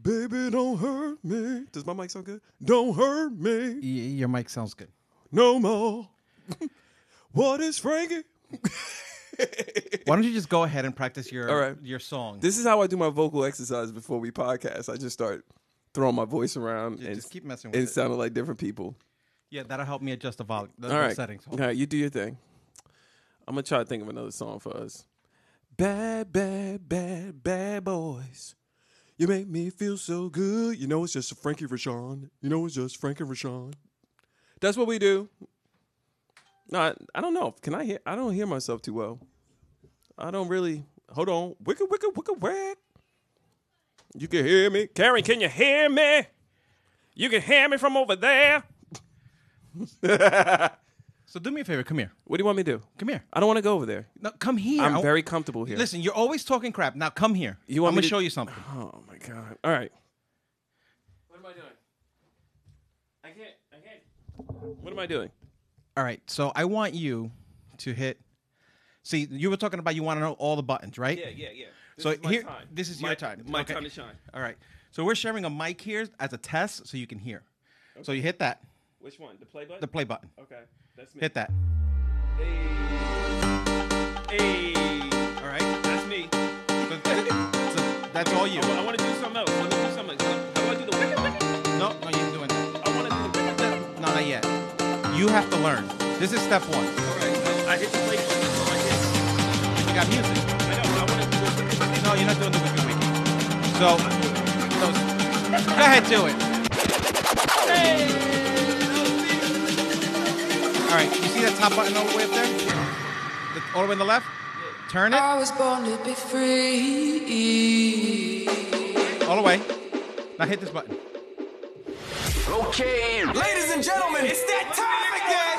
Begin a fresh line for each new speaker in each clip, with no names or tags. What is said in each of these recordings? Baby, don't hurt me. Does my mic sound good? Don't hurt me
Y- your mic sounds good.
no more. what is Frankie?
Why don't you just go ahead and practice your
All right.
your song?
This is how I do my vocal exercise before we podcast. I just start throwing my voice around and
just keep messing with
and
it.
sounding like different people.
yeah, that'll help me adjust the volume, the,
All
the
right.
settings.
All right, you do your thing. I'm gonna try to think of another song for us. Bad, bad, bad, bad boys. You make me feel so good. You know it's just Frankie Rashawn. You know it's just Frankie Rashawn. That's what we do. No, I, I don't know. Can I hear? I don't hear myself too well. I don't really. Hold on. Wicka, wicka, wicka, wack. You can hear me, Karen. Can you hear me? You can hear me from over there.
So do me a favor. Come here.
What do you want me to do?
Come here.
I don't want to go over there.
No, come here. I-
I'm very comfortable here.
Listen, you're always talking crap. Now come here.
You want
I'm
me
gonna
to-
show you something.
Oh my god. All right. What am I doing? I can't. I can't. What am I doing?
All right. So I want you to hit. See, you were talking about you want to know all the buttons, right?
yeah, yeah.
So here, this is your time.
My
Okay.
time to shine.
All right. So we're sharing a mic here as a test, so you can hear. So you hit that,
Which one? The play button.
the play button.
okay, that's me.
Hit that.
Hey. Hey.
All right.
That's me.
So, so that's all you.
I want to do something else. I want to do something else. I want to do the wicka wicka.
No, no, you're doing that.
I want to do the wicka wicka.
No, not yet. You have to learn. This is step one.
All right. I hit the play button. That's all I hit.
You got music.
I know. I want to do the wicka wicka.
No, you're not doing the wicked wiki. So, so go ahead, do it. All right, you see that top button all the way up there? The- all the way on the left? Turn it
I was born to be free.
all the way. Now hit this button.
Ladies and gentlemen, it's that
time again,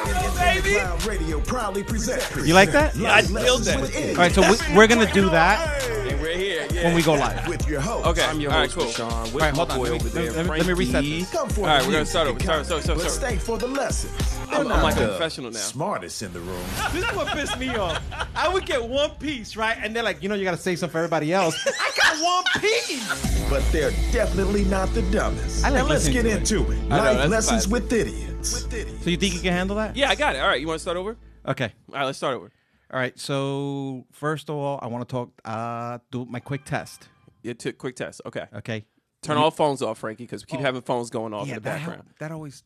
baby.
Cloud Radio proudly presents.
You like that?
I filled that.
All right, so we, we're gonna do that
And we're here. Yeah.
when we go live.
With your host.
Okay. I'm your All right, cool.
All right, hold on. Let me, let me- let me reset this.
Come for
All right,
the
we're gonna
music
start
and
over. Sorry, sorry, sorry,
Let's
sorry.
thank for the lessons. They're
I'm
not
like a
the
professional now.
Smartest in the room.
This is what pissed me off. I would get one piece, right? And they're like, you know, you gotta save some for everybody else. I got one piece.
But they're definitely not the dumbest.
I like
now let's
listening
get
to it.
into it.
know,
Life
that's
lessons
classic.
with idiots. With idiots.
So you think you can handle that?
Yeah, I got it. All right, you want to start over?
Okay.
All right, let's start over.
All right. So first of all, I want to talk. Uh, do my quick test.
You took quick test. Okay.
Okay.
Turn all phones off, Frankie, because
Oh.
we keep having phones going off in the
that,
background.
that always.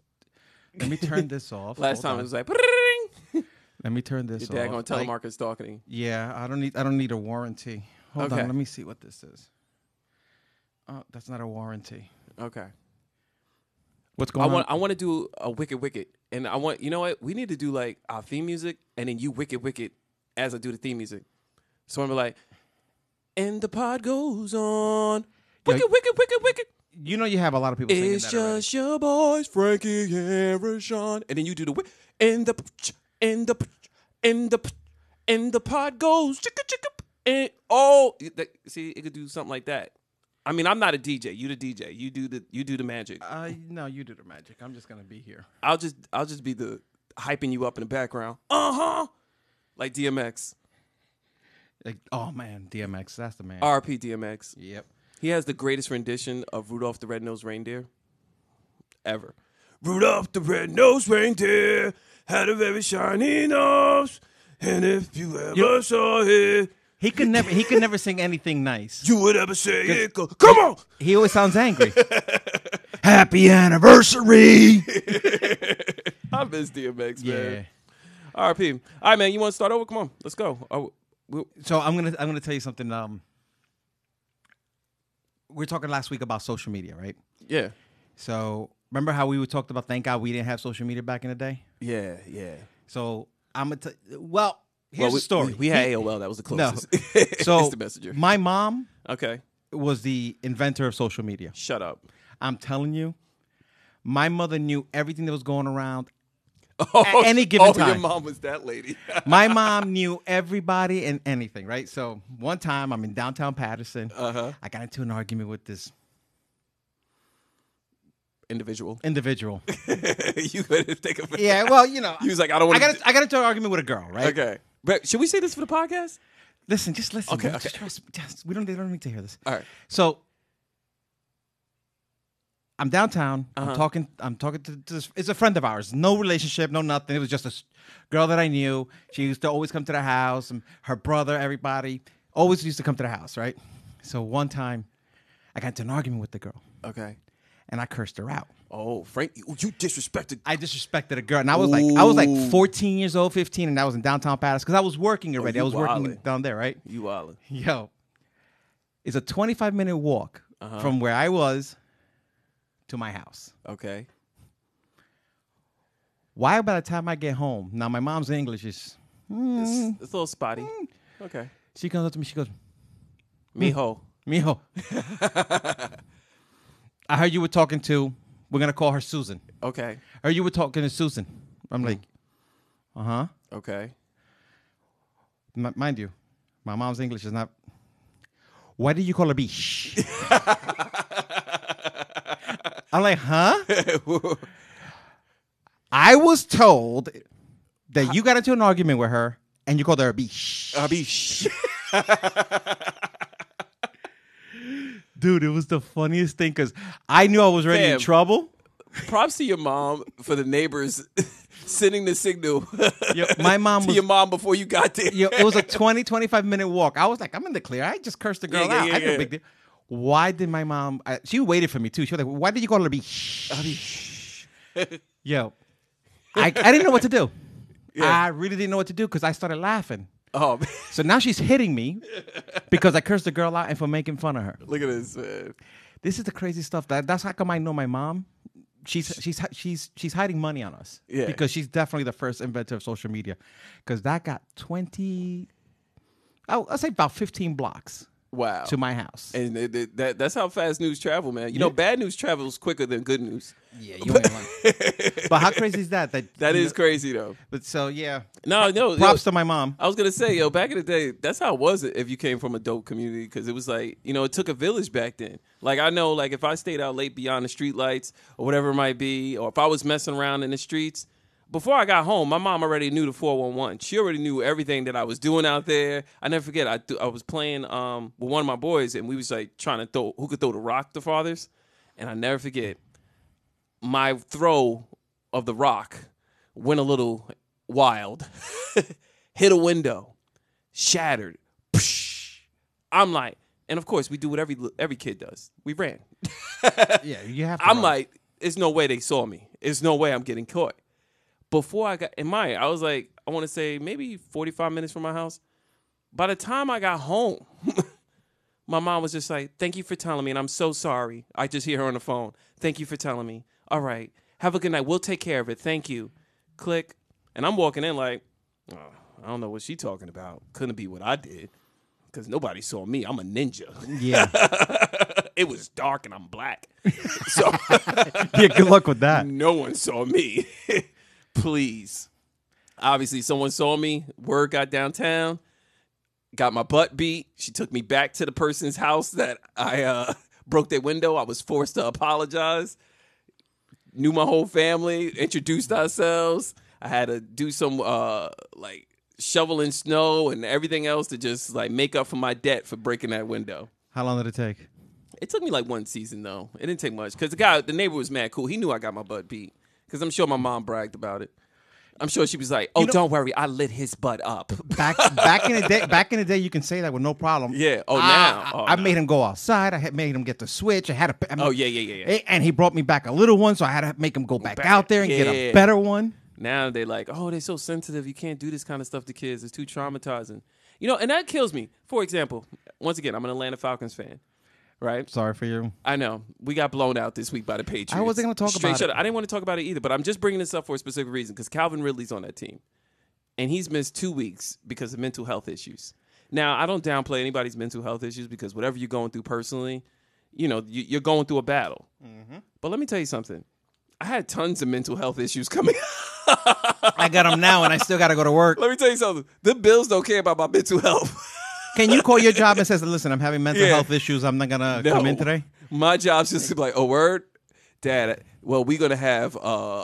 Let me turn this off.
Last
Hold
time
on.
it was like, "Bring."
Let me turn this
your dad
off.
going
Like,
telemarketers talking.
yeah, I don't need. I don't need a warranty. Hold
Okay.
on. Let me see what this is. Oh, that's not a warranty.
Okay.
What's
I
going
want.
on?
I want to do a wicked wicked, and I want. You know what? We need to do like our theme music, and then you wicked wicked as I do the theme music. So I'm gonna be like, and the pod goes on. Wicked wicked wicked wicked.
you know, you have a lot of people singing
It's
that already.
just your boys, Frankie and Rashawn. And then you do the whip. And the, p- and the, p- and the, p- and the pod goes chicka chicka. p- And oh, it- that- see, it could do something like that. I mean, I'm not a DJ. You the DJ. You do the you do the magic.
Uh, no, you do the magic. I'm just gonna be here.
I'll just I'll just be the hyping you up in the background. Uh huh. Like DMX,
Like, oh man, DMX, that's the man.
RP DMX.
Yep.
He has the greatest rendition of Rudolph the Red-Nosed Reindeer ever. Rudolph the Red-Nosed Reindeer had a very shiny nose, and if you ever saw it,
He could never. He could never sing anything nice.
you would ever say it. go- Come on!
He always sounds angry. Happy anniversary.
I miss DMX,
Yeah.
man. RP. All right, man. You want to start over? Come on, let's go. Oh, we-
So I'm gonna I'm gonna tell you something. Um, we are talking last week about social media, right?
yeah,
So remember how we were talked about? Thank God we didn't have social media back in the day.
yeah, yeah.
So I'm gonna. T- well, here's
well, we,
the story.
We, we had AOL. That was the
no.
closest.
so
Instant messenger.
my mom
okay,
was the inventor of social media.
shut up.
I'm telling you, my mother knew everything that was going around.
Oh,
any given
oh, your
time.
mom was that lady.
My mom knew everybody and anything, right? So one time I'm in downtown Patterson. Uh-huh. I got into an argument with this
Individual.
individual.
you couldn't take a.
Yeah, well, you know,
You was like, I don't wanna
I got,
do-
to I got into an argument with a girl, right?
Okay. But should we say this for the podcast?
Listen, just listen.
Okay,
man. Just
okay.
trust- just- we don't, they don't need to hear this.
All right.
So, I'm downtown. I'm talking. I'm talking to, to this. It's a friend of ours. No relationship. No nothing. It was just a s- girl that I knew. She used to always come to the house. And her brother, everybody, always used to come to the house. Right. So one time, I got into an argument with the girl,
Okay.
and I cursed her out.
Oh, Frank, you, you disrespected.
I disrespected a girl, and I was like, I was like 14 years old, 15, and I was in downtown Patterson because I was working already.
you
I was working
wildin'.
down there, right?
you wildin'.
Yo, it's a 25 minute walk from where I was to my house.
Okay.
Why? By the time I get home, now my mom's English is. Mm.
It's, it's a little spotty. Okay.
She comes up to me. She goes,
Mijo.
"Mijo, I heard you were talking to. We're gonna call her Susan.
Okay.
I heard you were talking to Susan. I'm like, uh huh.
Okay.
M- mind you, my mom's English is not. Why did you call her Bish? I'm like, huh? I was told that you got into an argument with her and you called her a Bish.
Abish.
Dude, it was the funniest thing because I knew I was already
Fam.
in trouble.
Props to your mom for the neighbors sending the signal
Yo, my mom
to
was-
your mom before you got there.
Yo, it was a 20, 25 minute walk. I was like, I'm in the clear. I just cursed the girl
Yeah, yeah,
out.
yeah,
I no
yeah.
big deal. Why did my mom? I, she waited for me too. She was like, Why did you call her a Bish? Yo, I, I didn't know what to do. I really didn't know what to do because I started laughing.
Oh, man.
So now she's hitting me because I cursed the girl out and for making fun of her.
look at this. Man.
This is the crazy stuff. That that's how come I know my mom. She's she's she's she's hiding money on us.
Yeah.
Because she's definitely the first inventor of social media. Because that got twenty, I'll, I'll say about fifteen blocks
Wow.
to my house.
and it- it- that, that's how fast news travel, man. You know, bad news travels quicker than good news.
yeah, you ain't lying. But how crazy is that? That
That
you
is
know-
crazy, though.
But so yeah.
No, no. yo,
Props to my mom.
I was gonna say, yo, back in the day, that's how it was if you came from a dope community because it was like, you know, it took a village back then. Like I know, like if I stayed out late beyond the streetlights or whatever it might be, or if I was messing around in the streets, before I got home, my mom already knew the four one one. She already knew everything that I was doing out there. I never forget, I th- I was playing um with one of my boys and we was like trying to throw who could throw the rock the farthest, and I never forget my throw of the rock went a little wild, hit a window, shattered. Psh. I'm like, and of course we do what every every kid does. We ran.
Yeah, you have. To
I'm
run.
like, there's no way they saw me. There's no way I'm getting caught. Before I got in my, I was like, I want to say maybe 45 minutes from my house. By the time I got home, my mom was just like, "Thank you for telling me," and I'm so sorry. I just hear her on the phone. Thank you for telling me. All right, have a good night. We'll take care of it. Thank you. Click, and I'm walking in like, "Oh, I don't know what she talking about. Couldn't be what I did, because nobody saw me. I'm a ninja.
yeah.
it was dark and I'm black, so.
yeah. Good luck with that.
No one saw me. Please. Obviously, someone saw me. Word got downtown. Got my butt beat. She took me back to the person's house that I uh, broke their window. I was forced to apologize. Knew my whole family. Introduced ourselves. I had to do some uh, like shoveling snow and everything else to just like make up for my debt for breaking that window.
How long did it take?
It took me like one season though. It didn't take much because the guy, the neighbor was mad cool. He knew I got my butt beat because I'm sure my mom bragged about it. I'm sure she was like, "Oh, don't worry, I lit his butt up."
Back back in the day, back in the day, you can say that with no problem.
Yeah. Oh,
I-
now.
I,
Oh,
I
now.
made him go outside. I had made him get the switch. I had a. I mean,
Oh, yeah, yeah, yeah, yeah.
eh, And he brought me back a little one, so I had to make him go back,
back.
out there and get
Yeah.
a better one.
now they like, "Oh, they're so sensitive. You can't do this kind of stuff to kids. It's too traumatizing." You know, and that kills me. For example, once again, I'm an Atlanta Falcons fan, right?
Sorry for you.
I know we got blown out this week by the Patriots.
I wasn't gonna talk
Straight
about
shut
it.
up. I didn't want to talk about it either, but I'm just bringing this up for a specific reason because Calvin Ridley's on that team, and he's missed two weeks because of mental health issues. Now I don't downplay anybody's mental health issues because whatever you're going through personally, you know you, you're going through a battle.
Mm-hmm.
But let me tell you something. I had tons of mental health issues coming.
I got him now, and I still got to go to work.
let me tell you something. The Bills don't care about my mental health.
Can you call your job and says, "Listen, I'm having mental
Yeah.
health issues. I'm not gonna
No.
come in today."
My job's just to be like, oh, word, dad. Well, we're gonna have uh,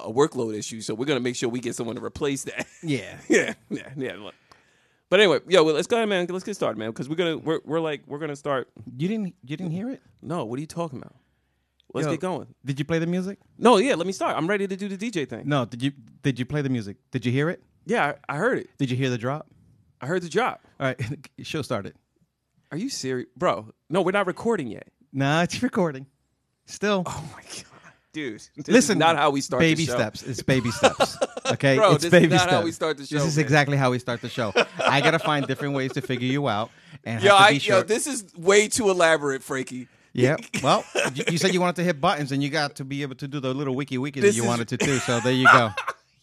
a workload issue, so we're gonna make sure we get someone to replace that.
Yeah.
yeah, yeah, yeah. look. But anyway, yo, well, let's go ahead, man. Let's get started, man, because we're gonna we're, we're like we're gonna start.
You didn't. You didn't hear it.
No, what are you talking about? Let's
Yo.
get going.
Did you play the music?
No, yeah, let me start. I'm ready to do the DJ thing.
No. Did you Did you play the music? Did you hear it?
Yeah, I, I heard it.
Did you hear the drop?
I heard the drop.
All right, show started.
Are you serious, bro? No, we're not recording yet.
Nah, it's recording. Still.
Oh my god, dude! This
Listen,
is not how we start. the
Baby
show.
steps. It's baby steps. Okay,
Bro,
it's
this is
baby
not
steps.
how we start the show,
This is
man.
exactly how we start the show. I gotta find different ways to figure you out and
Yo,
have to
I,
be
yo,
short.
this is way too elaborate, Frankie.
yeah. Well, you, you said you wanted to hit buttons, and you got to be able to do the little wiki wiki that
This
you
is-
wanted to do. So there you go.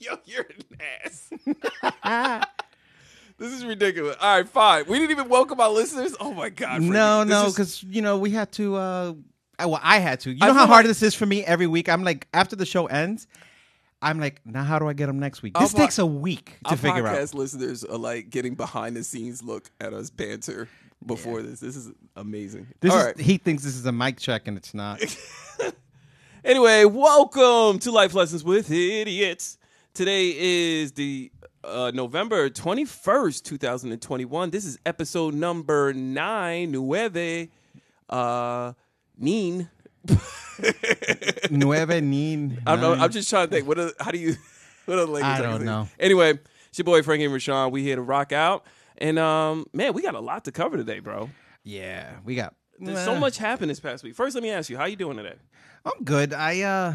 Yo, you're an ass. this is ridiculous. All right, fine. We didn't even welcome our listeners. Oh my god. Frankie.
no,
This
no,
is-
because you know we had to. uh I- Well, I had to. You know
feel
how hard
like-
this is for me every week. I'm like, after the show ends, I'm like, now how do I get them next week?
Our
This
po-
takes a week to
our
figure out.
podcast listeners are like getting behind the scenes look at us banter before this. This is amazing.
This
All
is,
right.
He thinks this is a mic check, and it's not.
Anyway, welcome to Life Lessons with Idiots. Today is the uh, November 21st, 2021. This is episode number nine, nueve, uh, nine.
Nueve Nin.
I'm, I'm just trying to think. What? Are, how do you? What are the language
I
can
don't
think?
know.
Anyway, it's your boy Frankie and Rashawn. We here to rock out, and um, man, we got a lot to cover today, bro.
Yeah, we got
There's
Nah,
so much happened this past week. First, let me ask you, how you doing today?
I'm good. I uh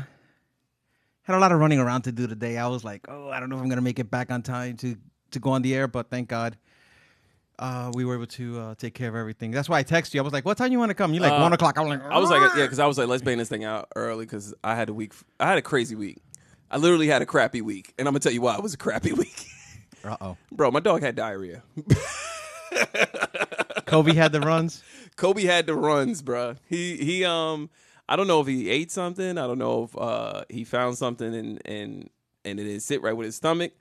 had a lot of running around to do today. I was like, oh, I don't know if I'm gonna make it back on time to to go on the air, but thank God. Uh, we were able to uh, take care of everything. That's why I texted you. I was like, "What time you want to come?" You're like one o'clock. I was like,
Uh, I was like, yeah, because I was like, let's bang this thing out early because I had a week. I had a crazy week. I literally had a crappy week, and I'm gonna tell you why it was a crappy week,
"Uh oh."
bro. My dog had diarrhea.
Kobe had the runs.
Kobe had the runs, bruh. He he um I don't know if he ate something. I don't know if uh he found something and and and it didn't sit right with his stomach.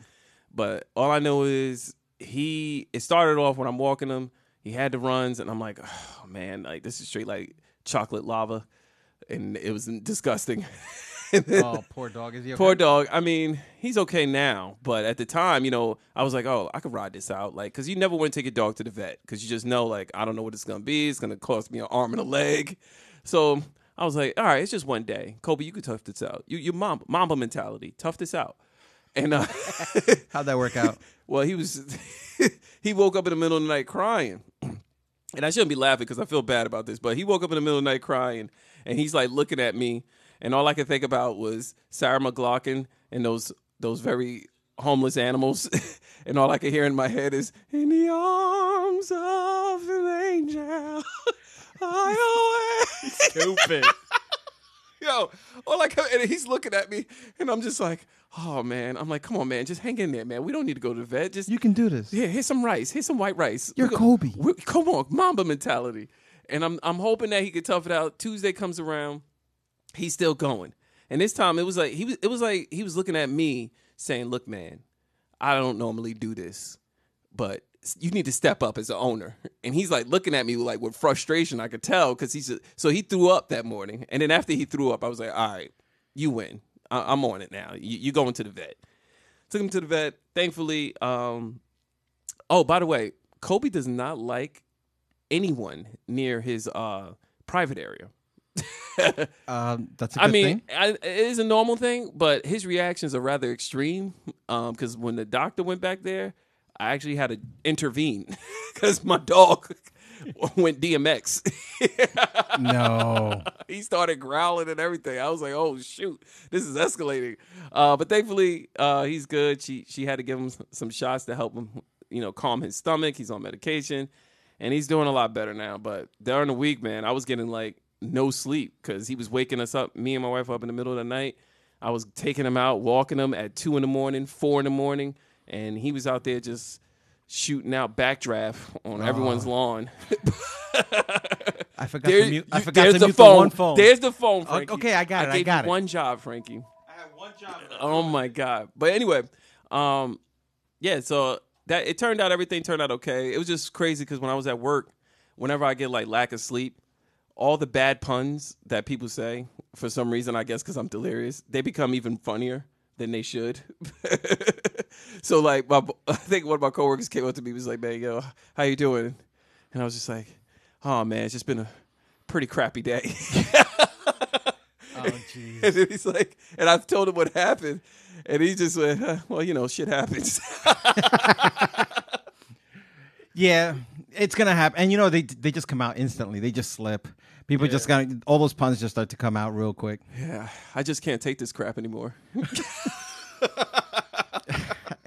But all I know is he it started off when I'm walking him, he had the runs and I'm like, "Oh man, like this is straight like chocolate lava." And it was disgusting. And then-
Oh, poor dog. Is he okay?
Poor dog. I mean, he's okay now, but at the time, you know, I was like, oh, I could ride this out, like, because you never want to take your dog to the vet because you just know, like, I don't know what it's gonna be. It's gonna cost me an arm and a leg. So I was like, all right, it's just one day. Kobe, you could tough this out. You, you mom, mamba mentality, tough this out. And uh,
How'd that work out?
well, he was, he woke up in the middle of the night crying and I shouldn't be laughing because I feel bad about this, but he woke up in the middle of the night crying, and he's like looking at me, and all I could think about was Sarah McLaughlin and those those very homeless animals, and all I could hear in my head is "In the arms of an angel, I always."
Stupid.
Yo, all I could, and he's looking at me, and I'm just like, "Oh man," I'm like, "Come on, man, just hang in there, man. We don't need to go to the vet. Just
You can do this.
yeah, here's some rice. Here's some white rice.
You're
We go-
Kobe.
we- come on, Mamba mentality. And I'm I'm hoping that he could tough it out. Tuesday comes around, he's still going. And this time it was like he was it was like he was looking at me saying, "Look, man, I don't normally do this, but you need to step up as an owner." And he's like looking at me like with frustration. I could tell because he's a, so he threw up that morning. And then after he threw up, I was like, "All right, you win. I, I'm on it now. You, you going to the vet." Took him to the vet. Thankfully, um, Oh, by the way, Kobe does not like anyone near his uh, private area.
Um, that's a good
I mean,
thing.
I, it is a normal thing, but his reactions are rather extreme. Because when the doctor went back there, I actually had to intervene because my dog went DMX.
No.
he started growling and everything. I was like, "Oh shoot, this is escalating." Uh, but thankfully, uh, he's good. She she had to give him s- some shots to help him, you know, calm his stomach. He's on medication, and he's doing a lot better now. But during the week, man, I was getting like no sleep because he was waking us up, me and my wife up in the middle of the night. I was taking him out, walking him at two in the morning, four in the morning, and he was out there just shooting out backdraft on
Ah.
everyone's lawn.
I forgot
There-
to mute. I
you-
forgot
there's
to
the
mute
phone.
the one phone.
There's the phone, Frankie.
okay, I got it, I
gave you
got it.
One job, Frankie.
I have one job.
Oh my god. But anyway, um, yeah. So that it turned out everything turned out okay. It was just crazy because when I was at work, whenever I get like lack of sleep, all the bad puns that people say for some reason, I guess because I'm delirious, they become even funnier than they should. so like, my, I think one of my coworkers came up to me was like, "Man, yo, how you doing?" And I was just like, "Oh man, it's just been a pretty crappy day." and then he's like, and I've told him what happened, and he just went, "Huh, well, you know, shit happens.
Yeah, it's gonna happen. And you know, they they just come out instantly. They just slip. People just got all those puns just start to come out real quick.
yeah, I just can't take this crap anymore.
I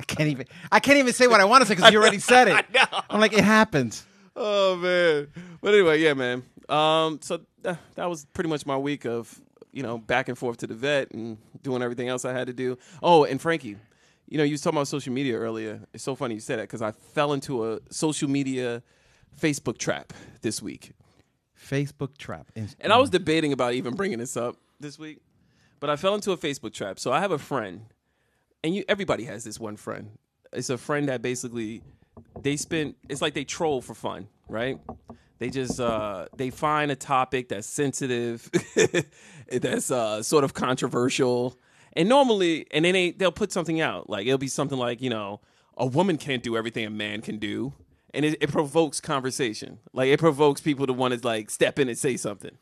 can't even. I can't even say what I want to say because you already said it. I'm like, it happens.
oh man. But anyway, yeah, man. Um, so th- that was pretty much my week of you know back and forth to the vet and doing everything else I had to do. Oh, and Frankie, you know, you was talking about social media earlier. It's so funny you said that because I fell into a social media Facebook trap this week.
Facebook trap. Inst-
And I was debating about even bringing this up this week, but I fell into a Facebook trap. So I have a friend, and you everybody has this one friend. It's a friend that basically they spend. It's like they troll for fun, right? They just uh, they find a topic that's sensitive, that's uh, sort of controversial, and normally, and then they they'll put something out. Like it'll be something like you know, a woman can't do everything a man can do. And it, it provokes conversation. Like it provokes people to want to like step in and say something.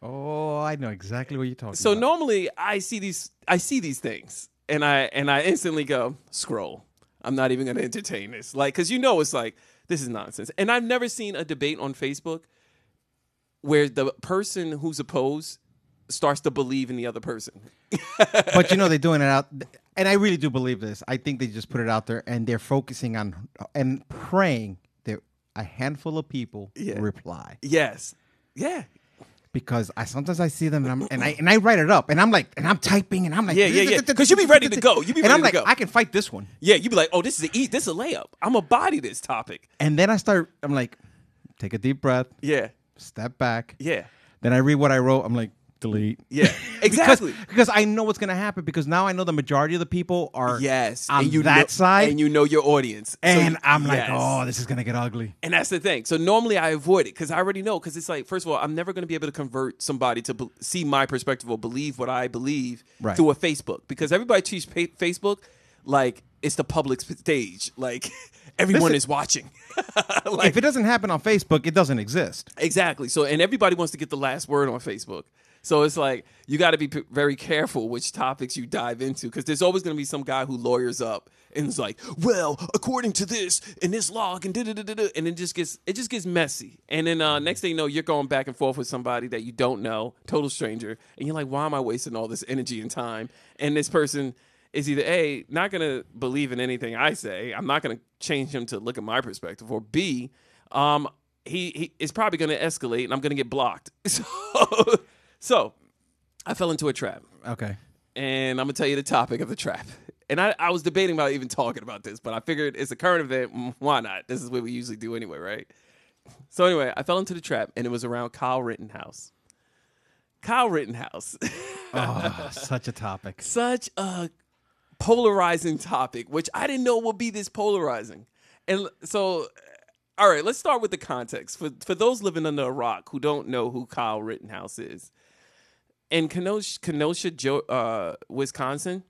oh, I know exactly what you're talking.
So
about.
normally I see these I see these things and I and I instantly go scroll. I'm not even going to entertain this. Like cuz you know it's like this is nonsense. And I've never seen a debate on Facebook where the person who's opposed starts to believe in the other person.
but you know they're doing it out and i really do believe this i think they just put it out there and they're focusing on and praying that a handful of people
Yeah.
reply
Yes. Yeah.
because i sometimes i see them and, I'm, and i and i write it up and i'm like and i'm typing and i'm like
Yeah, yeah, yeah. 'Cause you be ready to go. You be
and i'm
ready
like
to go.
i can fight this one
Yeah, you'd be like, "Oh, this is a e- this is a layup. I'm a body this topic."
and then i start i'm like take a deep breath
Yeah.
step back
Yeah.
then i read what i wrote i'm like delete
Yeah.
Because,
Exactly.
because I know what's going to happen. Because now I know the majority of the people are
yes.
on
and you
that
know,
side,
and you know your audience. So-
and I'm like,
Yes.
oh, this is going to get ugly.
And that's the thing. So normally I avoid it because I already know. Because it's like, first of all, I'm never going to be able to convert somebody to be- see my perspective or believe what I believe
Right.
through a Facebook because everybody treats pa- Facebook like it's the public sp- stage. Like everyone
Listen.
is watching. like
if it doesn't happen on Facebook, it doesn't exist.
exactly. So and everybody wants to get the last word on Facebook. So it's like you got to be p- very careful which topics you dive into because there's always going to be some guy who lawyers up and is like, "Well, according to this and this log and da da da da," and it just gets it just gets messy. And then uh, next thing you know, you're going back and forth with somebody that you don't know, total stranger, and you're like, "Why am I wasting all this energy and time?" And this person is either a not going to believe in anything I say. I'm not going to change him to look at my perspective, or b um, he, he is probably going to escalate, and I'm going to get blocked. So, so I fell into a trap,
Okay.
and I'm going to tell you the topic of the trap. And I, I was debating about even talking about this, but I figured it's a current event. mm, Why not? This is what we usually do anyway, right? So anyway, I fell into the trap, and it was around Kyle Rittenhouse. Kyle Rittenhouse.
Oh, such a topic.
such a polarizing topic, which I didn't know would be this polarizing. And so, all right, let's start with the context for for those living under a rock who don't know who Kyle Rittenhouse is. In Kenosha, Kenosha, Jo- uh, Wisconsin,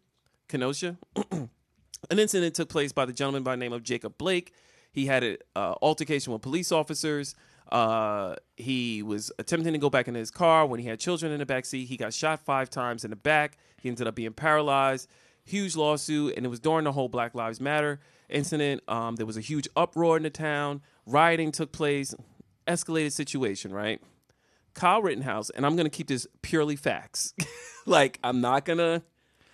Kenosha, an incident took place by the gentleman by the name of Jacob Blake. He had an uh, altercation with police officers. Uh, he was attempting to go back into his car when he had children in the back seat. He got shot five times in the back. He ended up being paralyzed. Huge lawsuit, and it was during the whole Black Lives Matter incident. Um, there was a huge uproar in the town. Rioting took place. Escalated situation, right? Kyle Rittenhouse, and I'm going to keep this purely facts. like, I'm not going to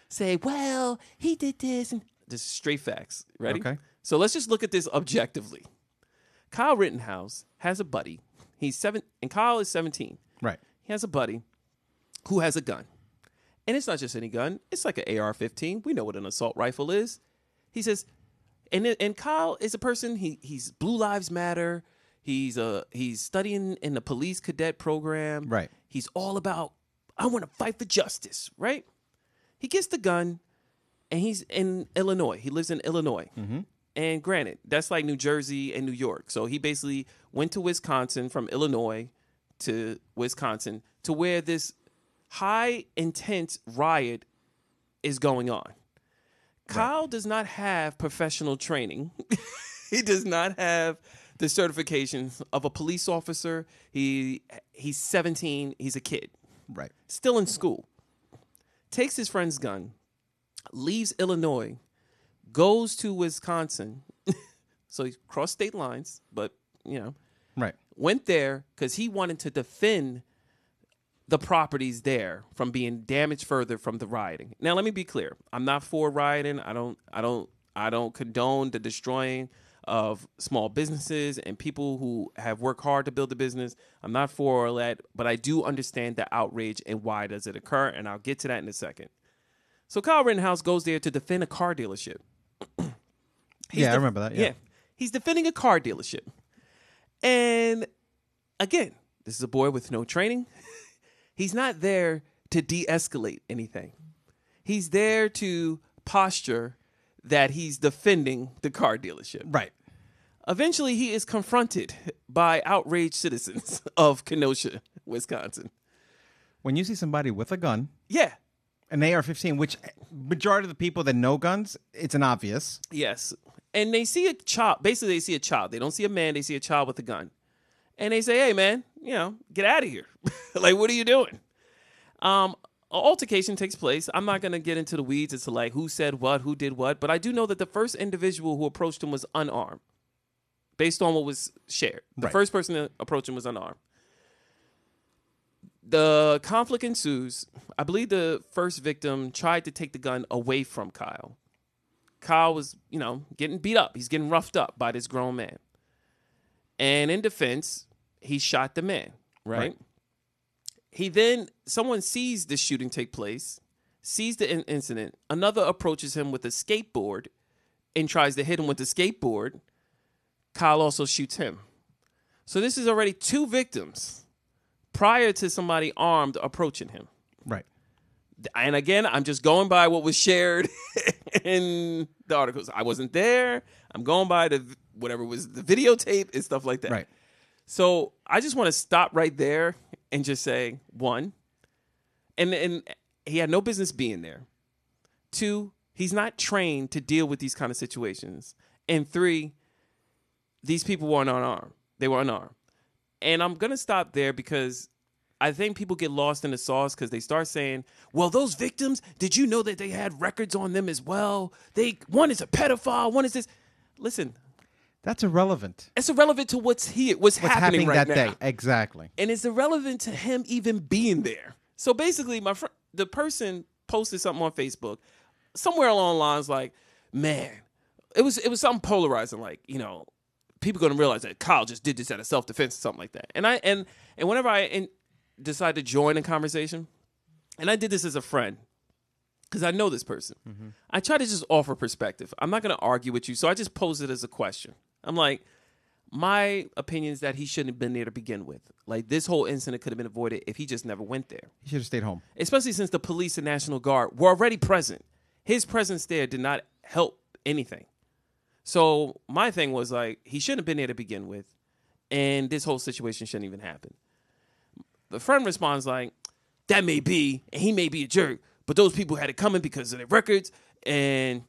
say, well, he did this. And this is straight facts. Ready?
Okay.
So let's just look at this objectively. Kyle Rittenhouse has a buddy. He's seven, and Kyle is 17.
Right.
He has a buddy who has a gun. And it's not just any gun, it's like an AR 15. We know what an assault rifle is. He says, and, and Kyle is a person, he, he's Blue Lives Matter. He's a he's studying in the police cadet program.
Right.
He's all about I want to fight for justice, right? He gets the gun and he's in Illinois. He lives in Illinois. And granted, that's like New Jersey and New York. So he basically went to Wisconsin from Illinois to Wisconsin to where this high intense riot is going on. Kyle does not have professional training. he does not have the certifications of a police officer. He he's 17, he's a kid
Right.
still in school. takes his friend's gun, leaves Illinois, goes to Wisconsin. so he crossed state lines, but you know,
Right.
went there because he wanted to defend the properties there from being damaged further from the rioting. Now, let me be clear: I'm not for rioting. I don't. I don't. I don't condone the destroying of small businesses and people who have worked hard to build a business. I'm not for all that, but I do understand the outrage and why does it occur, and I'll get to that in a second. So Kyle Rittenhouse goes there to defend a car dealership. He's
yeah, I
def-
remember that. Yeah.
He's defending a car dealership. And again, this is a boy with no training. He's not there to de escalate anything, he's there to posture that he's defending the car dealership.
Right.
Eventually, he is confronted by outraged citizens of Kenosha, Wisconsin.
When you see somebody with a gun,
Yeah.
an AR-15, which majority of the people that know guns, it's an obvious.
Yes. And they see a child. Basically, they see a child. They don't see a man. They see a child with a gun. And they say, hey, man, you know, get out of here. like, what are you doing? Um, an altercation takes place. I'm not going to get into the weeds as to like who said what, who did what. But I do know that the first individual who approached him was unarmed based on what was shared. The
Right.
first person to approach him was unarmed. The conflict ensues. I believe the first victim tried to take the gun away from Kyle. Kyle was, you know, getting beat up. He's getting roughed up by this grown man. And in defense, he shot the man, right?
Right.
He then, someone sees the shooting take place, sees the in- incident. Another approaches him with a skateboard and tries to hit him with the skateboard. Kyle also shoots him. So this is already two victims prior to somebody armed approaching him.
Right.
And again, I'm just going by what was shared in the articles. I wasn't there. I'm going by the whatever was the videotape and stuff like that.
Right.
So I just want to stop right there and just say one, and and he had no business being there. Two, he's not trained to deal with these kind of situations. And three, these people weren't unarmed. They were unarmed. And I'm gonna stop there because I think people get lost in the sauce because they start saying, "Well, those victims, did you know that they had records on them as well? They one is a pedophile, one is this." Listen,
That's irrelevant.
it's irrelevant to what's here, what's,
What's
happening,
happening,
right
that
now
day? Exactly.
and it's irrelevant to him even being there. So basically, my friend, the person posted something on Facebook, somewhere along the lines like, "Man, it was it was something polarizing, like you know, people going to realize that Kyle just did this out of self defense or something like that." And I and and whenever I in, decide to join a conversation, and I did this as a friend because I know this person, I try to just offer perspective. I'm not going to argue with you, so I just pose it as a question. I'm like my opinion is that he shouldn't have been there to begin with. Like this whole incident could have been avoided if he just never went there.
He should have stayed home.
Especially since the police and National Guard were already present. His presence there did not help anything. So my thing was like he shouldn't have been there to begin with, and this whole situation shouldn't even happen. The friend responds like, "That may be, and he may be a jerk, but those people had it coming because of their records." And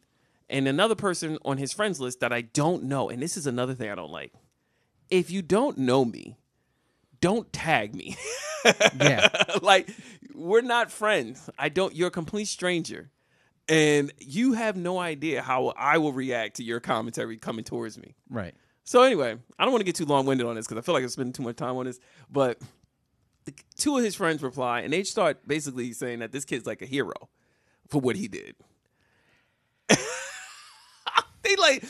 and another person on his friends list that I don't know, and this is another thing I don't like. If you don't know me, don't tag me.
Yeah.
like we're not friends. I don't. You're a complete stranger, and you have no idea how I will react to your commentary coming towards me.
right.
So anyway, I don't want to get too long winded on this because I feel like I'm spending too much time on this. But the, two of his friends reply, and they start basically saying that this kid's like a hero for what he did. they like.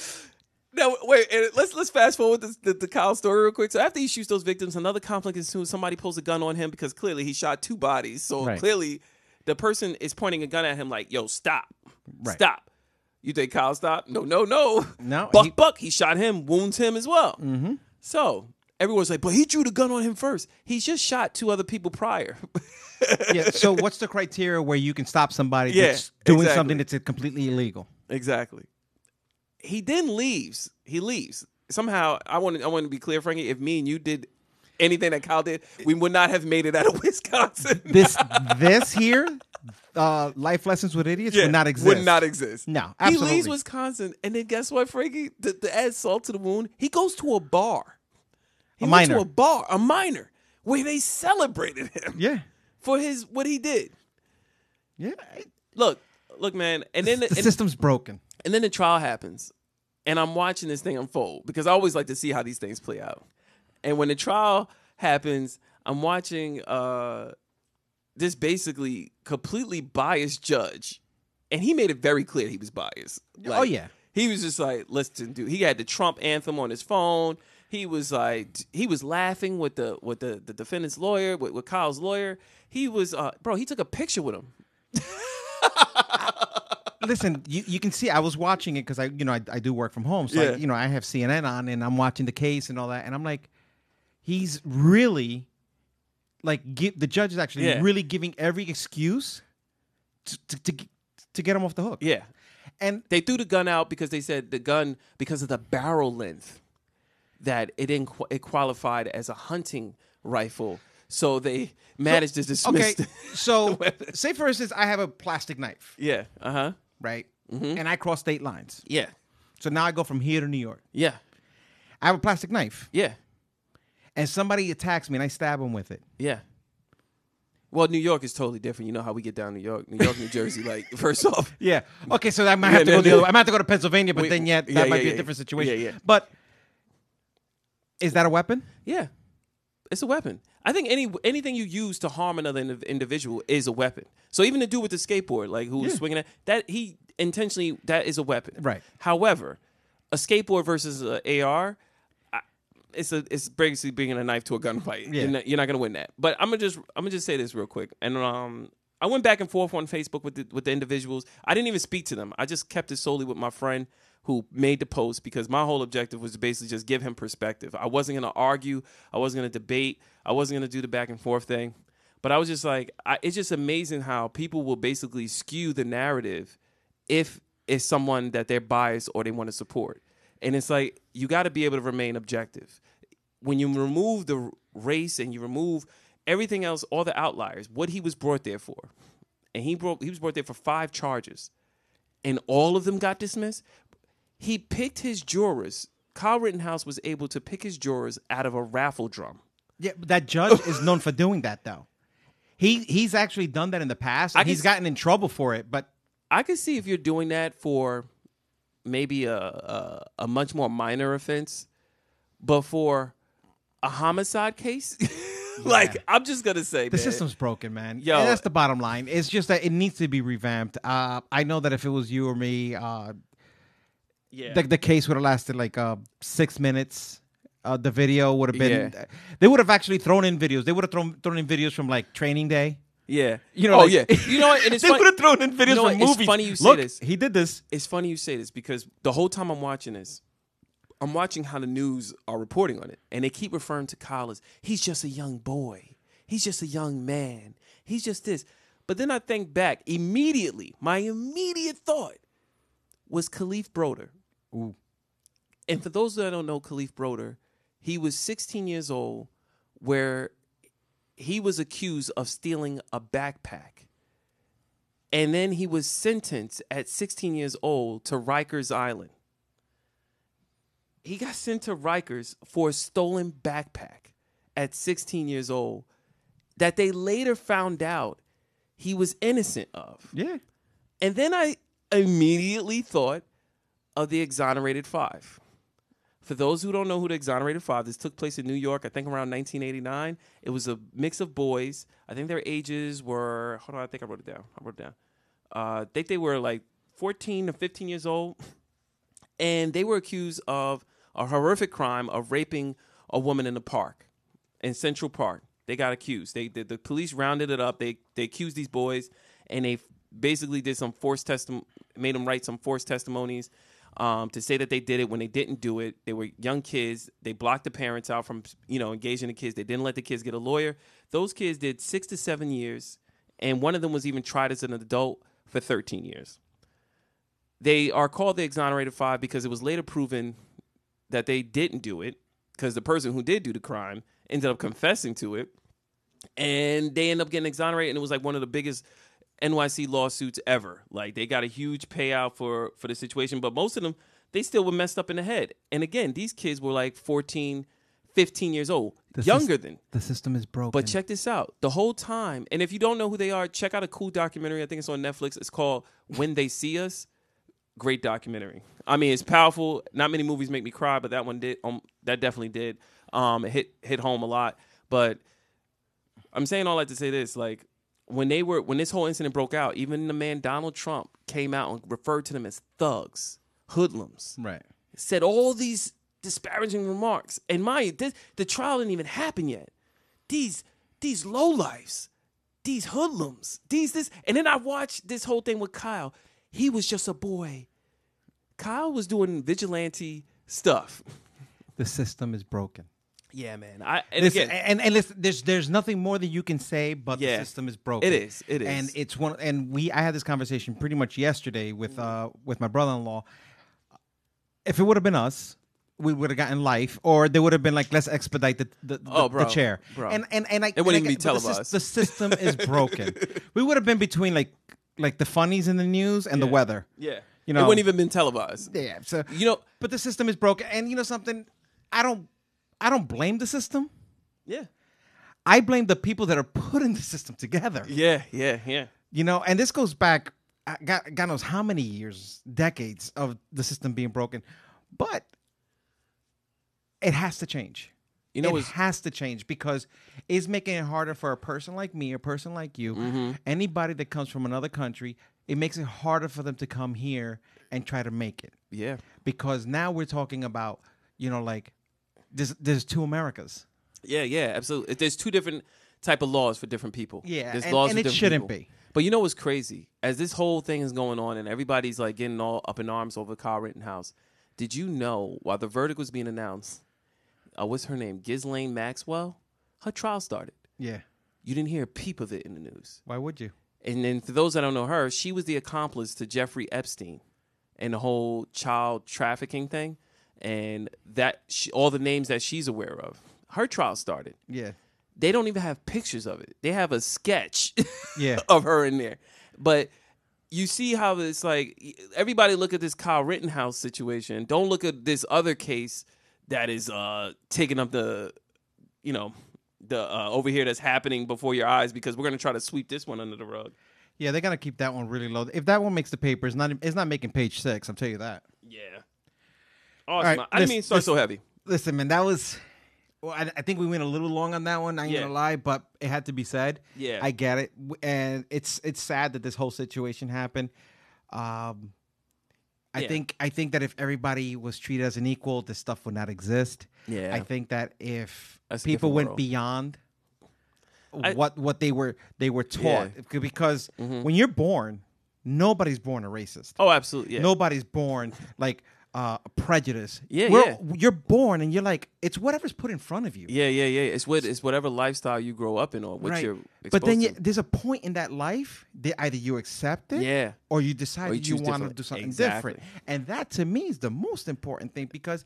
Now wait, and let's let's fast forward this, the, the Kyle story real quick. So after he shoots those victims, another conflict ensues. Somebody pulls a gun on him because clearly he shot two bodies. So
Right.
clearly, the person is pointing a gun at him like, "Yo, stop,
Right.
stop." You think Kyle stopped? No, no, no.
No,
Buck,
he- Mm-hmm.
Buck. He shot him, wounds him as well. So everyone's like, but he drew the gun on him first. He just shot two other people prior.
Yeah. So what's the criteria where you can stop somebody
Yeah,
that's doing
exactly.
something that's completely illegal?
exactly. He then leaves. He leaves. Somehow, I want to, I want to be clear, Frankie. If me and you did anything that Kyle did, we would not have made it out of Wisconsin.
This this here, uh, life lessons with idiots
Yeah,
would not exist.
Would not exist.
No,
He leaves
absolutely.
Wisconsin, and then guess what, Frankie? To, to add salt to the wound, he goes to a bar. He
A
went
minor.
to a bar, a minor, where they celebrated him.
Yeah.
for his what he did.
Yeah,
Look, look, man. And then
the
and-
system's broken.
And then the trial happens, and I'm watching this thing unfold because I always like to see how these things play out. And when the trial happens, I'm watching uh, this basically completely biased judge, and he made it very clear he was biased.
Oh, yeah.
he was just like, listen, dude. He had the Trump anthem on his phone. He was like, he was laughing with the with the, the defendant's lawyer, with, with Kyle's lawyer. He was, uh, bro. He took a picture with him.
Listen, you, you can see I was watching it because I you know I, I do work from home, so
Yeah.
I, you know I have CNN on and I'm watching the case and all that, and I'm like, he's really like gi- the judge is actually
Yeah.
really giving every excuse to, to to g- to get him off the hook.
Yeah,
and
they threw the gun out because they said the gun because of the barrel length that it didn't qu- it qualified as a hunting rifle. So they managed to dismiss.
okay,
the-
so say for instance I have a plastic knife,
yeah. Uh huh.
right,
Mm-hmm.
and I cross state lines,
Yeah.
so now I go from here to New York.
Yeah.
I have a plastic knife,
Yeah.
and somebody attacks me and I stab him with it.
Yeah. Well, New York is totally different. You know how we get down New York, New York, New Jersey. Like first off,
Yeah. Okay, so I might
Yeah,
have to
then-
go the other way. I might have to go to Pennsylvania, but
We-
then yet that
yeah,
might
yeah,
be
yeah,
a different situation.
yeah, yeah.
But is that a weapon?
yeah, it's a weapon. I think any anything you use to harm another indiv- individual is a weapon. So even the dude with the skateboard, like who was swinging at that, he intentionally that is a weapon.
Right.
However, a skateboard versus an AR, I- it's a it's basically bringing a knife to a gunfight.
Yeah.
You're not, you're not gonna win that. But I'm gonna just I'm gonna just say this real quick. And um, I went back and forth on Facebook with the, with the individuals. I didn't even speak to them. I just kept it solely with my friend who made the post because my whole objective was to basically just give him perspective. I wasn't gonna argue. I wasn't gonna debate. I wasn't gonna do the back and forth thing. But I was just like, I, it's just amazing how people will basically skew the narrative if it's someone that they're biased or they want to support. And it's like you got to be able to remain objective. When you remove the r- race and you remove everything else, all the outliers, what he was brought there for, and he brought he was brought there for five charges, and all of them got dismissed. He picked his jurors. Kyle Rittenhouse was able to pick his jurors out of a raffle drum.
Yeah, but that judge is known for doing that though. He he's actually done that in the past. And
can
he's
s-
gotten in trouble for it, but
I could see if you're doing that for maybe a a, a much more minor offense, but for a homicide case, like I'm just gonna say
the
man,
system's broken, man.
Yo.
Yeah, that's the bottom line. It's just that it needs to be revamped. Uh, I know that if it was you or me, uh,
Yeah,
the, the case would have lasted like uh, six minutes. Uh, the video would have been.
Yeah.
They would have actually thrown in videos. They would have thrown thrown in videos from like training day.
yeah.
You know,
oh
like-
yeah. You know, what? and it's
they
funny.
would have thrown in videos
You know
from
what? It's
movies.
funny you say
Look,
this.
He did this.
it's funny you say this because the whole time I'm watching this, I'm watching how the news are reporting on it, and they keep referring to Kyle as he's just a young boy, he's just a young man, he's just this. But then I think back immediately, my immediate thought was Khalif Broder.
Ooh.
And for those that don't know Khalif Broder, he was 16 years old, where he was accused of stealing a backpack and then he was sentenced at 16 years old to Rikers Island. He got sent to Rikers for a stolen backpack at 16 years old that they later found out he was innocent of.
Yeah.
And then I immediately thought of the Exonerated Five. For those who don't know who the Exonerated Five, this took place in New York, I think around 1989. It was a mix of boys. I think their ages were, hold on, I think I wrote it down. I wrote it down. Uh, I think they were like 14 to 15 years old. And they were accused of a horrific crime of raping a woman in the park, in Central Park. They got accused. They, the, the police rounded it up. They, they accused these boys and they basically did some forced testimony, made them write some forced testimonies um, to say that they did it when they didn't do it. They were young kids. They blocked the parents out from you know engaging the kids. They didn't let the kids get a lawyer. Those kids did six to seven years, and one of them was even tried as an adult for 13 years. They are called the exonerated five because it was later proven that they didn't do it because the person who did do the crime ended up confessing to it and they end up getting exonerated and it was like one of the biggest NYC lawsuits ever. Like they got a huge payout for for the situation, but most of them they still were messed up in the head. And again, these kids were like 14, 15 years old,
The sys-
younger than.
The system is broken.
But check this out. The whole time, and if you don't know who they are, check out a cool documentary. I think it's on Netflix. It's called When They See Us. Great documentary. I mean, it's powerful. Not many movies make me cry, but that one did. Um, that definitely did. Um, it hit hit home a lot. But I'm saying all that to say this: like when they were when this whole incident broke out, even the man Donald Trump came out and referred to them as thugs, hoodlums
right.
said all these disparaging remarks. And my this, the trial didn't even happen yet. These these lowlifes, these hoodlums, these this and then I watched this whole thing with Kyle. He was just a boy. Kyle was doing vigilante stuff.
The system is broken.
Yeah, man. I and
Listen,
again,
and, and listen, there's there's nothing more that you can say, but
Yeah.
the system is broken.
It is, it is.
and it's one. And we, I had this conversation pretty much yesterday with
Mm-hmm.
uh with my brother-in-law. If it would have been us, we would have gotten life, or they would have been like, let's expedite the the, the,
Oh,
the
bro,
chair.
bro.
And and and I,
It wouldn't
and I
even be
get- but the sys-
televised.
The system is broken. we would have been between like like the funnies in the news and the weather.
yeah.
you
it
know-
wouldn't even been televised.
Yeah. So
You know,
but the system is broken, and you know something, I don't I don't blame the system.
yeah.
I blame the people that are putting the system together.
Yeah, yeah, yeah.
You know, and this goes back, uh, God, God knows how many years, decades of the system being broken, but it has to change.
You know
it
it's-
has to change because it's making it harder for a person like me, a person like you,
Mm-hmm.
anybody that comes from another country. It makes it harder for them to come here and try to make it
Yeah.
because now we're talking about, you know, like there's there's two Americas.
Yeah, yeah, absolutely. There's two different type of laws for different people.
Yeah,
There's
and- and
for
it
different
shouldn't
people.
be.
But you know what's crazy? As this whole thing is going on and everybody's like getting all up in arms over Kyle Rittenhouse, did you know while the verdict was being announced, uh, what's her name? Ghislaine Maxwell? Her trial started.
Yeah.
You didn't hear a peep of it in the news.
Why would you?
And then for those that don't know her, she was the accomplice to Jeffrey Epstein and the whole child trafficking thing. And that she, all the names that she's aware of, her trial started
Yeah.
they don't even have pictures of it. They have a sketch
Yeah.
of her in there. But you see how it's like everybody look at this Kyle Rittenhouse situation. Don't look at this other case that is uh taking up the you know the uh, over here that's happening before your eyes because we're going to try to sweep this one under the rug.
Yeah, they gotta keep that one really low. If that one makes the paper, it's not it's not making page six. I'll tell you that.
Yeah. Awesome.
right,
I didn't
let's-
mean to start
let's-
so heavy.
Listen, man, that was. Well, I, I think we went a little long on that one. I ain't
Yeah.
gonna lie, but it had to be said.
Yeah.
I get it, W- and it's it's sad that this whole situation happened. Um, I
Yeah.
think I think that if everybody was treated as an equal, this stuff would not exist.
Yeah.
I think that if
That's a
people
different
went
world.
beyond
I-
what what they were they were taught,
Yeah. Mm-hmm.
c- because when you're born, nobody's born a racist.
Oh, absolutely. Yeah.
Nobody's born like uh prejudice.
Yeah,
We're- You're born and you're like it's whatever's put in front of you.
Yeah, yeah, yeah. It's what it's whatever lifestyle you grow up in or what
right.
you're
but then
exposed
you,
to.
there's a point in that life that either you accept it,
Yeah.
or you decide
Or you
that you,
choose
want to
different-
do something
Exactly.
different. And that to me is the most important thing because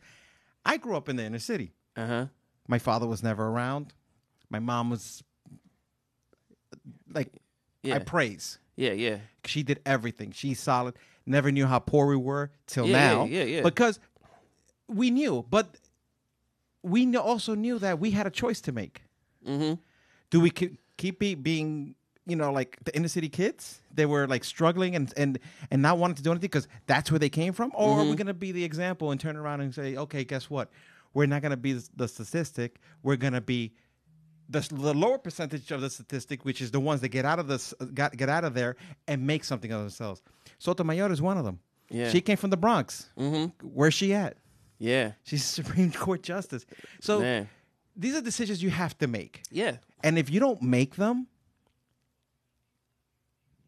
I grew up in the inner city.
uh-huh.
My father was never around. My mom was like
Yeah.
I praise.
Yeah, yeah.
She did everything. She's solid. Never knew how poor we were till
Yeah, yeah,
now.
yeah, yeah.
Because we knew, but we kn- also knew that we had a choice to make.
Mhm.
Do we ke- keep be- being, you know, like the inner city kids? They were like struggling and and and not wanting to do anything because that's where they came from. Or
Mm-hmm.
are we going to be the example and turn around and say, okay, guess what? We're not going to be the the statistic. We're going to be the, s- the lower percentage of the statistic, which is the ones that get out of this, got, get out of there and make something of themselves. Sotomayor is one of them.
Yeah.
She came from the Bronx. Mm-hmm. Where's she at?
Yeah.
She's Supreme Court Justice. So
Man.
these are decisions you have to make.
Yeah.
And if you don't make them,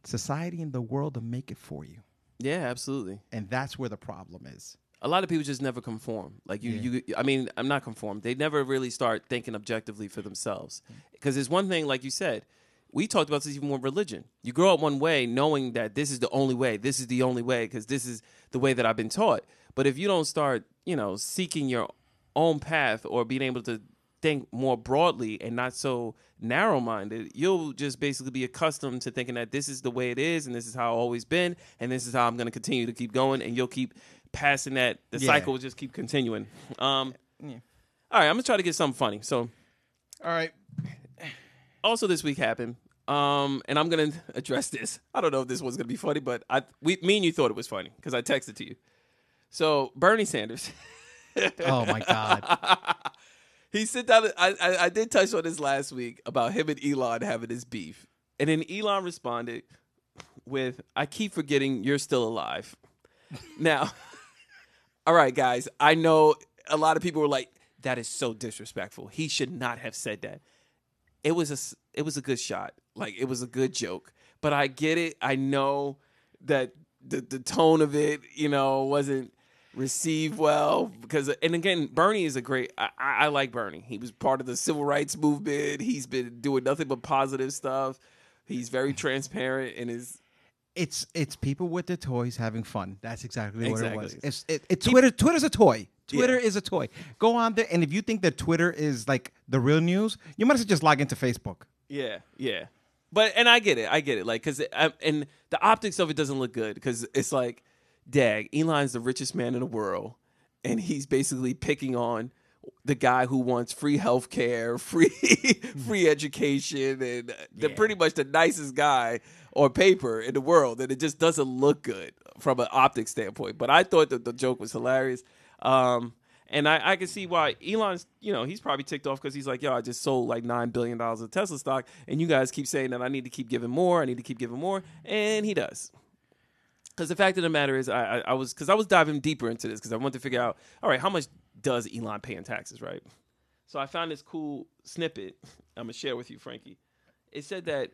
society and the world will make it for you.
Yeah, absolutely.
And that's where the problem is.
A lot of people just never conform. Like you you I mean, I'm not conform. They never really start thinking objectively for themselves. Cuz it's one thing like you said, we talked about this even with religion. You grow up one way knowing that this is the only way. This is the only way cuz this is the way that I've been taught. But if you don't start, you know, seeking your own path or being able to think more broadly and not so narrow minded, you'll just basically be accustomed to thinking that this is the way it is and this is how I've always been and this is how I'm going to continue to keep going and you'll keep passing that. The
Yeah.
cycle will just keep continuing. Um, All right, I'm going to try to get something funny. So
All right.
also this week happened um and i'm gonna address this i don't know if this one's gonna be funny but i we me and you thought it was funny because i texted to you so bernie sanders
Oh my God.
he sit down I, I i did touch on this last week about him and elon having this beef and then elon responded with i keep forgetting you're still alive now all right guys i know a lot of people were like that is so disrespectful he should not have said that it was a s- it was a good shot. Like it was a good joke. But I get it. I know that the the tone of it, you know, wasn't received well because and again, Bernie is a great I, I I like Bernie. He was part of the civil rights movement. He's been doing nothing but positive stuff. He's very transparent and is
It's it's people with their toys having fun. That's exactly what it was.
Exactly.
It's it, it Twitter. Twitter's a toy. Twitter is a toy. Go on there, and if you think that Twitter is like the real news, you might as well just log into Facebook.
Yeah, yeah. But and I get it, I get it. Like, cause it, I, and the optics of it doesn't look good because it's like, dag, Elon's the richest man in the world, and he's basically picking on the guy who wants free health care, free free education, and the, pretty much the nicest guy on paper in the world. And it just doesn't look good from an optic standpoint. But I thought that the joke was hilarious. Um, and I, I can see why Elon's, you know, he's probably ticked off because he's like, yo, I just sold like $9 billion of Tesla stock. And you guys keep saying that I need to keep giving more. I need to keep giving more. And he does. Because the fact of the matter is, I, I, I was, because I was diving deeper into this because I wanted to figure out, all right, how much does Elon pay in taxes, right? So I found this cool snippet I'm going to share with you, Frankie. It said that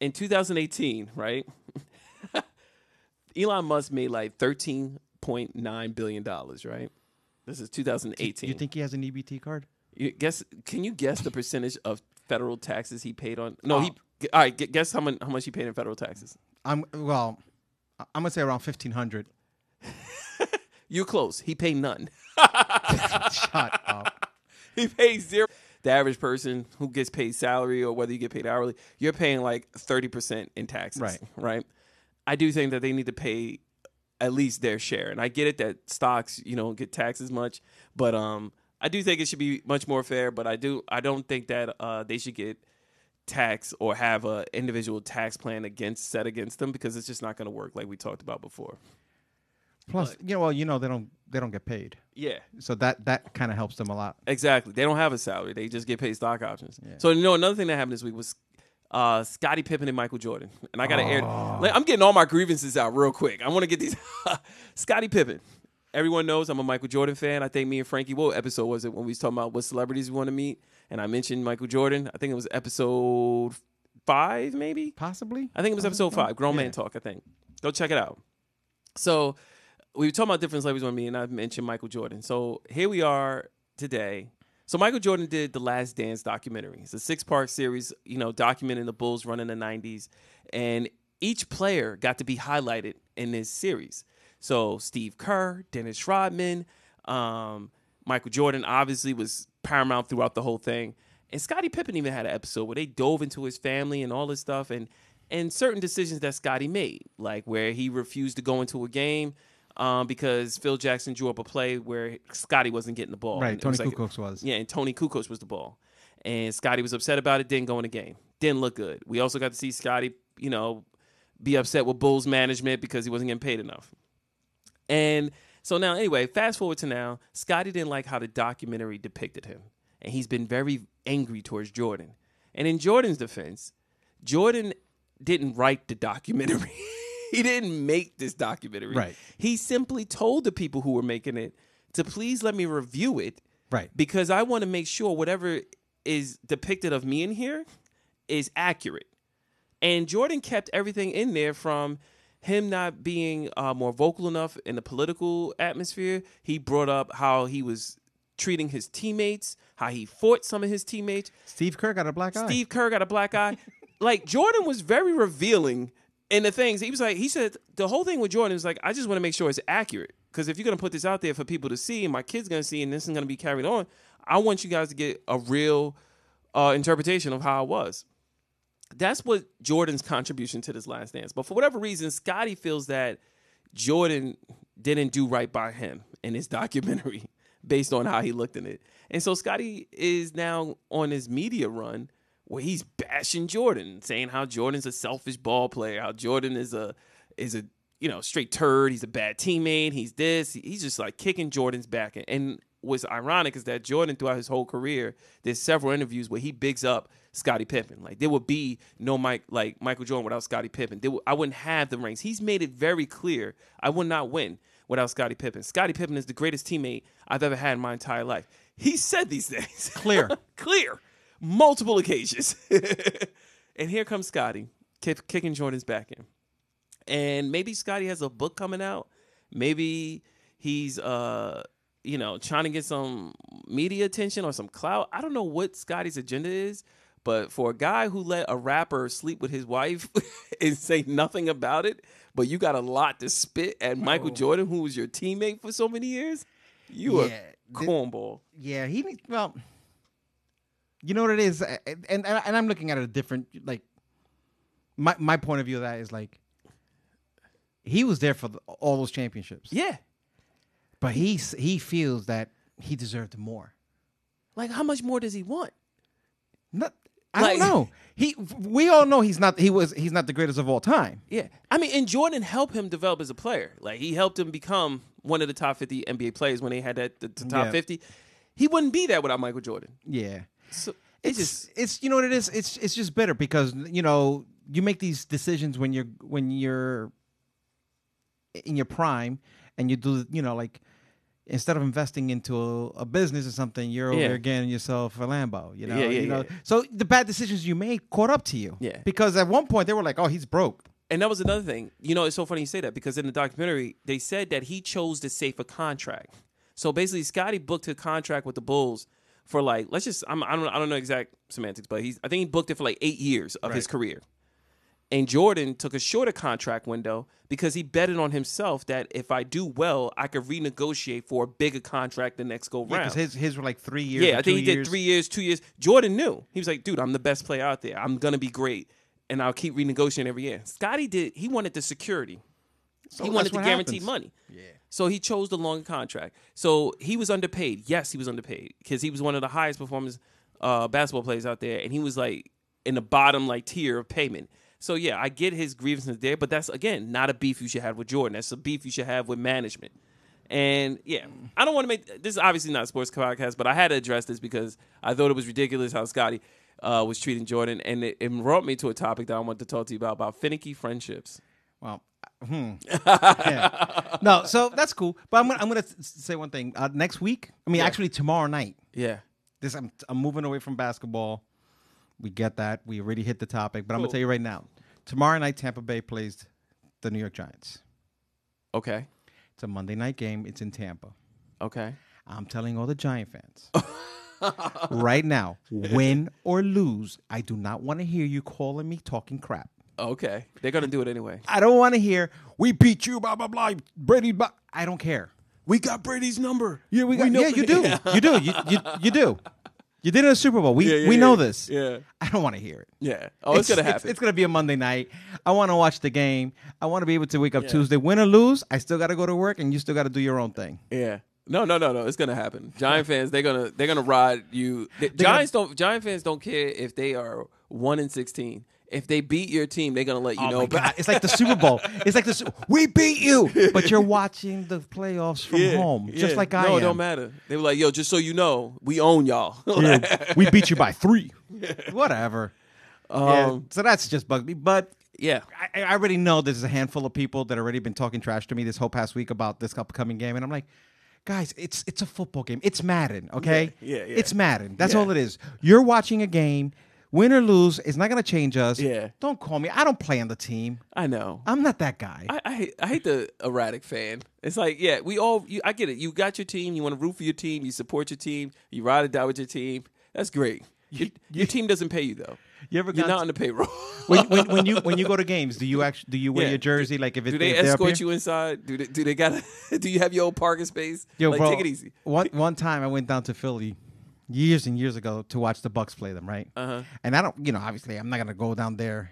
in 2018, right? Elon Musk made like $13.9 billion, right? This is 2018.
You think he has an EBT card?
You guess? Can you guess the percentage of federal taxes he paid on? No, he. All right, gu- guess how much how much he paid in federal taxes.
I'm well. I- I'm gonna say around fifteen hundred.
You're close. He paid none.
Shut up.
he pays zero. The average person who gets paid salary or whether you get paid hourly, you're paying like 30% in taxes.
Right.
Right. I do think that they need to pay at least their share. And I get it that stocks, you know, get taxed as much, but um I do think it should be much more fair, but I do I don't think that uh they should get tax or have a individual tax plan against set against them because it's just not going to work like we talked about before.
Plus, you know, well, you know they don't they don't get paid,
Yeah.
so that that kind of helps them a lot.
Exactly. They don't have a salary. They just get paid stock options. So you know another thing that happened this week was uh Scottie Pippen and Michael Jordan. And I gotta air like, I'm getting all my grievances out real quick. I wanna get these Scottie Pippen. Everyone knows I'm a Michael Jordan fan. I think me and Frankie, what episode was it when we was talking about what celebrities we want to meet? And I mentioned Michael Jordan. I think it was episode five, maybe?
Possibly.
I think it was episode five, Grown Man Talk. I think. Go check it out. So we were talking about different celebrities with me, and I mentioned Michael Jordan. So here we are today. So Michael Jordan did the Last Dance documentary. It's a six-part series, you know, documenting the Bulls running the '90s, and each player got to be highlighted in this series. So Steve Kerr, Dennis Rodman, um, Michael Jordan obviously was paramount throughout the whole thing. And Scottie Pippen even had an episode where they dove into his family and all this stuff and and certain decisions that Scottie made, like where he refused to go into a game um, because Phil Jackson drew up a play where Scottie wasn't getting the ball.
Right,
And it
Tony
was like-
Kukoc was.
Yeah, and Tony Kukoc was the ball. And Scotty was upset about it, didn't go in the game. Didn't look good. We also got to see Scotty, you know, be upset with Bulls management because he wasn't getting paid enough. And so now, anyway, fast forward to now, Scotty didn't like how the documentary depicted him. And he's been very angry towards Jordan. And in Jordan's defense, Jordan didn't write the documentary. he didn't make this documentary.
Right.
He simply told the people who were making it to please let me review it
Right.
because I want to make sure whatever is depicted of me in here is accurate. And Jordan kept everything in there from him not being uh, more vocal enough in the political atmosphere. He brought up how he was treating his teammates, how he fought some of his teammates.
Steve Kerr got a black eye.
Steve Kerr got a black eye. like Jordan was very revealing in the things he was like. He said the whole thing with Jordan was like, I just want to make sure it's accurate because if you're gonna put this out there for people to see and my kids gonna see and this is gonna be carried on, I want you guys to get a real uh, interpretation of how it was. That's what Jordan's contribution to this last dance. But for whatever reason, Scotty feels that Jordan didn't do right by him in his documentary. based on how he looked in it. And so Scotty is now on his media run where he's bashing Jordan, saying how Jordan's a selfish ball player, how Jordan is a is a you know straight turd, he's a bad teammate, he's this, he's just like kicking Jordan's back. And what's ironic is that Jordan throughout his whole career, there's several interviews where he bigs up Scottie Pippen. Like there would be no Mike like Michael Jordan without Scottie Pippen. There would- I wouldn't have the rings. He's made it very clear I would not win without Scottie Pippen. Scottie Pippen is the greatest teammate I've ever had in my entire life. He said these things.
Clear.
Clear. Multiple occasions. and here comes Scotty kick, kicking Jordan's back in. And maybe Scotty has a book coming out. Maybe he's uh you know trying to get some media attention or some clout. I don't know what Scotty's agenda is, but for a guy who let a rapper sleep with his wife and say nothing about it, but you got a lot to spit at Michael Jordan, who was your teammate for so many years, you
Yeah,
a
thi-
cornball.
Yeah, he need- well, you know what it is, A- and and, and I'm looking at it a different like. My my point of view of that is like. He was there for the, all those championships,
Yeah,
but he s- he feels that he deserved more.
like how much more does he want?
Not, I
Like-
don't know. He we all know he's not he was he's not the greatest of all time.
Yeah. I mean, and Jordan helped him develop as a player. Like he helped him become one of the top 50 NBA players when they had that the, the top
Yeah.
50. He wouldn't be that without Michael Jordan.
Yeah,
So
it's
it's
just
just
it's you know what it is. It's it's just bitter because you know you make these decisions when you're when you're in your prime and you do you know like instead of investing into a, a business or something you're over
Yeah.
there getting yourself a Lambo. You know,
Yeah, yeah,
you know.
yeah.
So the bad decisions you made caught up to you.
Yeah.
because at one point they were like, oh, he's broke.
and that was another thing. You know, it's so funny you say that because in the documentary they said that he chose the safer contract. So basically, Scotty booked a contract with the Bulls for like let's just I'm, I don't I don't know exact semantics, but he's I think he booked it for like eight years of his career. And Jordan took a shorter contract window because he betted on himself that if I do well, I could renegotiate for a bigger contract the next go round.
Because his his were like three years.
Yeah,
or
I think
two
he did
years.
three years, two years. Jordan knew. He was like, dude, I'm the best player out there. I'm gonna be great. And I'll keep renegotiating every year. Scotty did he wanted the security.
So
he
that's
wanted the
what
guaranteed
happens.
money. Yeah. So he chose the longer contract. So he was underpaid. Yes, he was underpaid because he was one of the highest performance uh, basketball players out there, and he was like in the bottom like tier of payment. So yeah, I get his grievances there, but that's again not a beef you should have with Jordan. That's a beef you should have with management. And yeah, I don't want to make this is obviously not a sports podcast, but I had to address this because I thought it was ridiculous how Scotty uh, was treating Jordan, and it, it brought me to a topic that I wanted to talk to you about about finicky friendships.
Well, hmm. Yeah. no, so that's cool. But I'm gonna I'm gonna s- s- say one thing. Uh, next week, I mean, actually tomorrow night.
Yeah.
This I'm I'm moving away from basketball. We get that. We already hit the topic, but I'm
Cool.
gonna tell you right now. Tomorrow night, Tampa Bay plays the New York Giants.
Okay.
It's a Monday night game. It's in Tampa.
Okay.
I'm telling all the Giant fans right now, win or lose, I do not want to hear you calling me talking crap.
Oh, Okay. They're gonna do it anyway.
I don't want to hear we beat you, blah blah blah, Brady. Blah. I don't care.
We got Brady's number.
Yeah, we got, yeah, you do. You do. You, you, you do. You did it in the Super Bowl. We we know this.
Yeah.
I don't want to hear it.
Yeah. Oh, it's, gonna happen.
It's, gonna be a Monday night. I want to watch the game. I want to be able to wake up Tuesday, win or lose. I still got to go to work, and you still got to do your own thing.
yeah. No, no, no, no. It's gonna happen. Giant fans, they're gonna they're gonna ride you. The- Giants don't. Giant fans don't care if they are one and sixteen. If they beat your team, they're gonna let you
Oh
know
my
about
God. It's like the Super Bowl. It's like the Su- we beat you, but you're watching the playoffs from
Yeah,
home, just
yeah.
like I
no, it
am.
don't matter. They were like, "Yo, just so you know, we own y'all." Like,
Yeah, we beat you by three. Whatever. Yeah,
Um,
so that's just bugged me. But
yeah,
I, I already know there's a handful of people that already been talking trash to me this whole past week about this upcoming game, and I'm like, guys, it's it's a football game. It's Madden, okay?
Yeah, yeah, yeah.
It's Madden. That's
Yeah.
all it is. You're watching a game, win or lose, it's not gonna change us.
Yeah.
Don't call me. I don't play on the team.
I know.
I'm not that guy.
I, I hate- I hate the erratic fan. It's like, yeah, we all. You, I get it. You got your team. You want to root for your team. You support your team. You ride or die with your team. That's great. Your, your team doesn't pay you though.
You ever
You're
gone
not
to-
on the payroll.
when, when, when you when you go to games, do you actually do you wear
Yeah.
your jersey? Like if it,
do they
if they're up
escort
here?
you inside? Do they, do they got? Do you have your old parking space?
Yo,
like,
bro,
take it easy.
One one time I went down to Philly years and years ago to watch the Bucks play them, right? Uh-huh. And I don't, you know, obviously I'm not gonna go down there.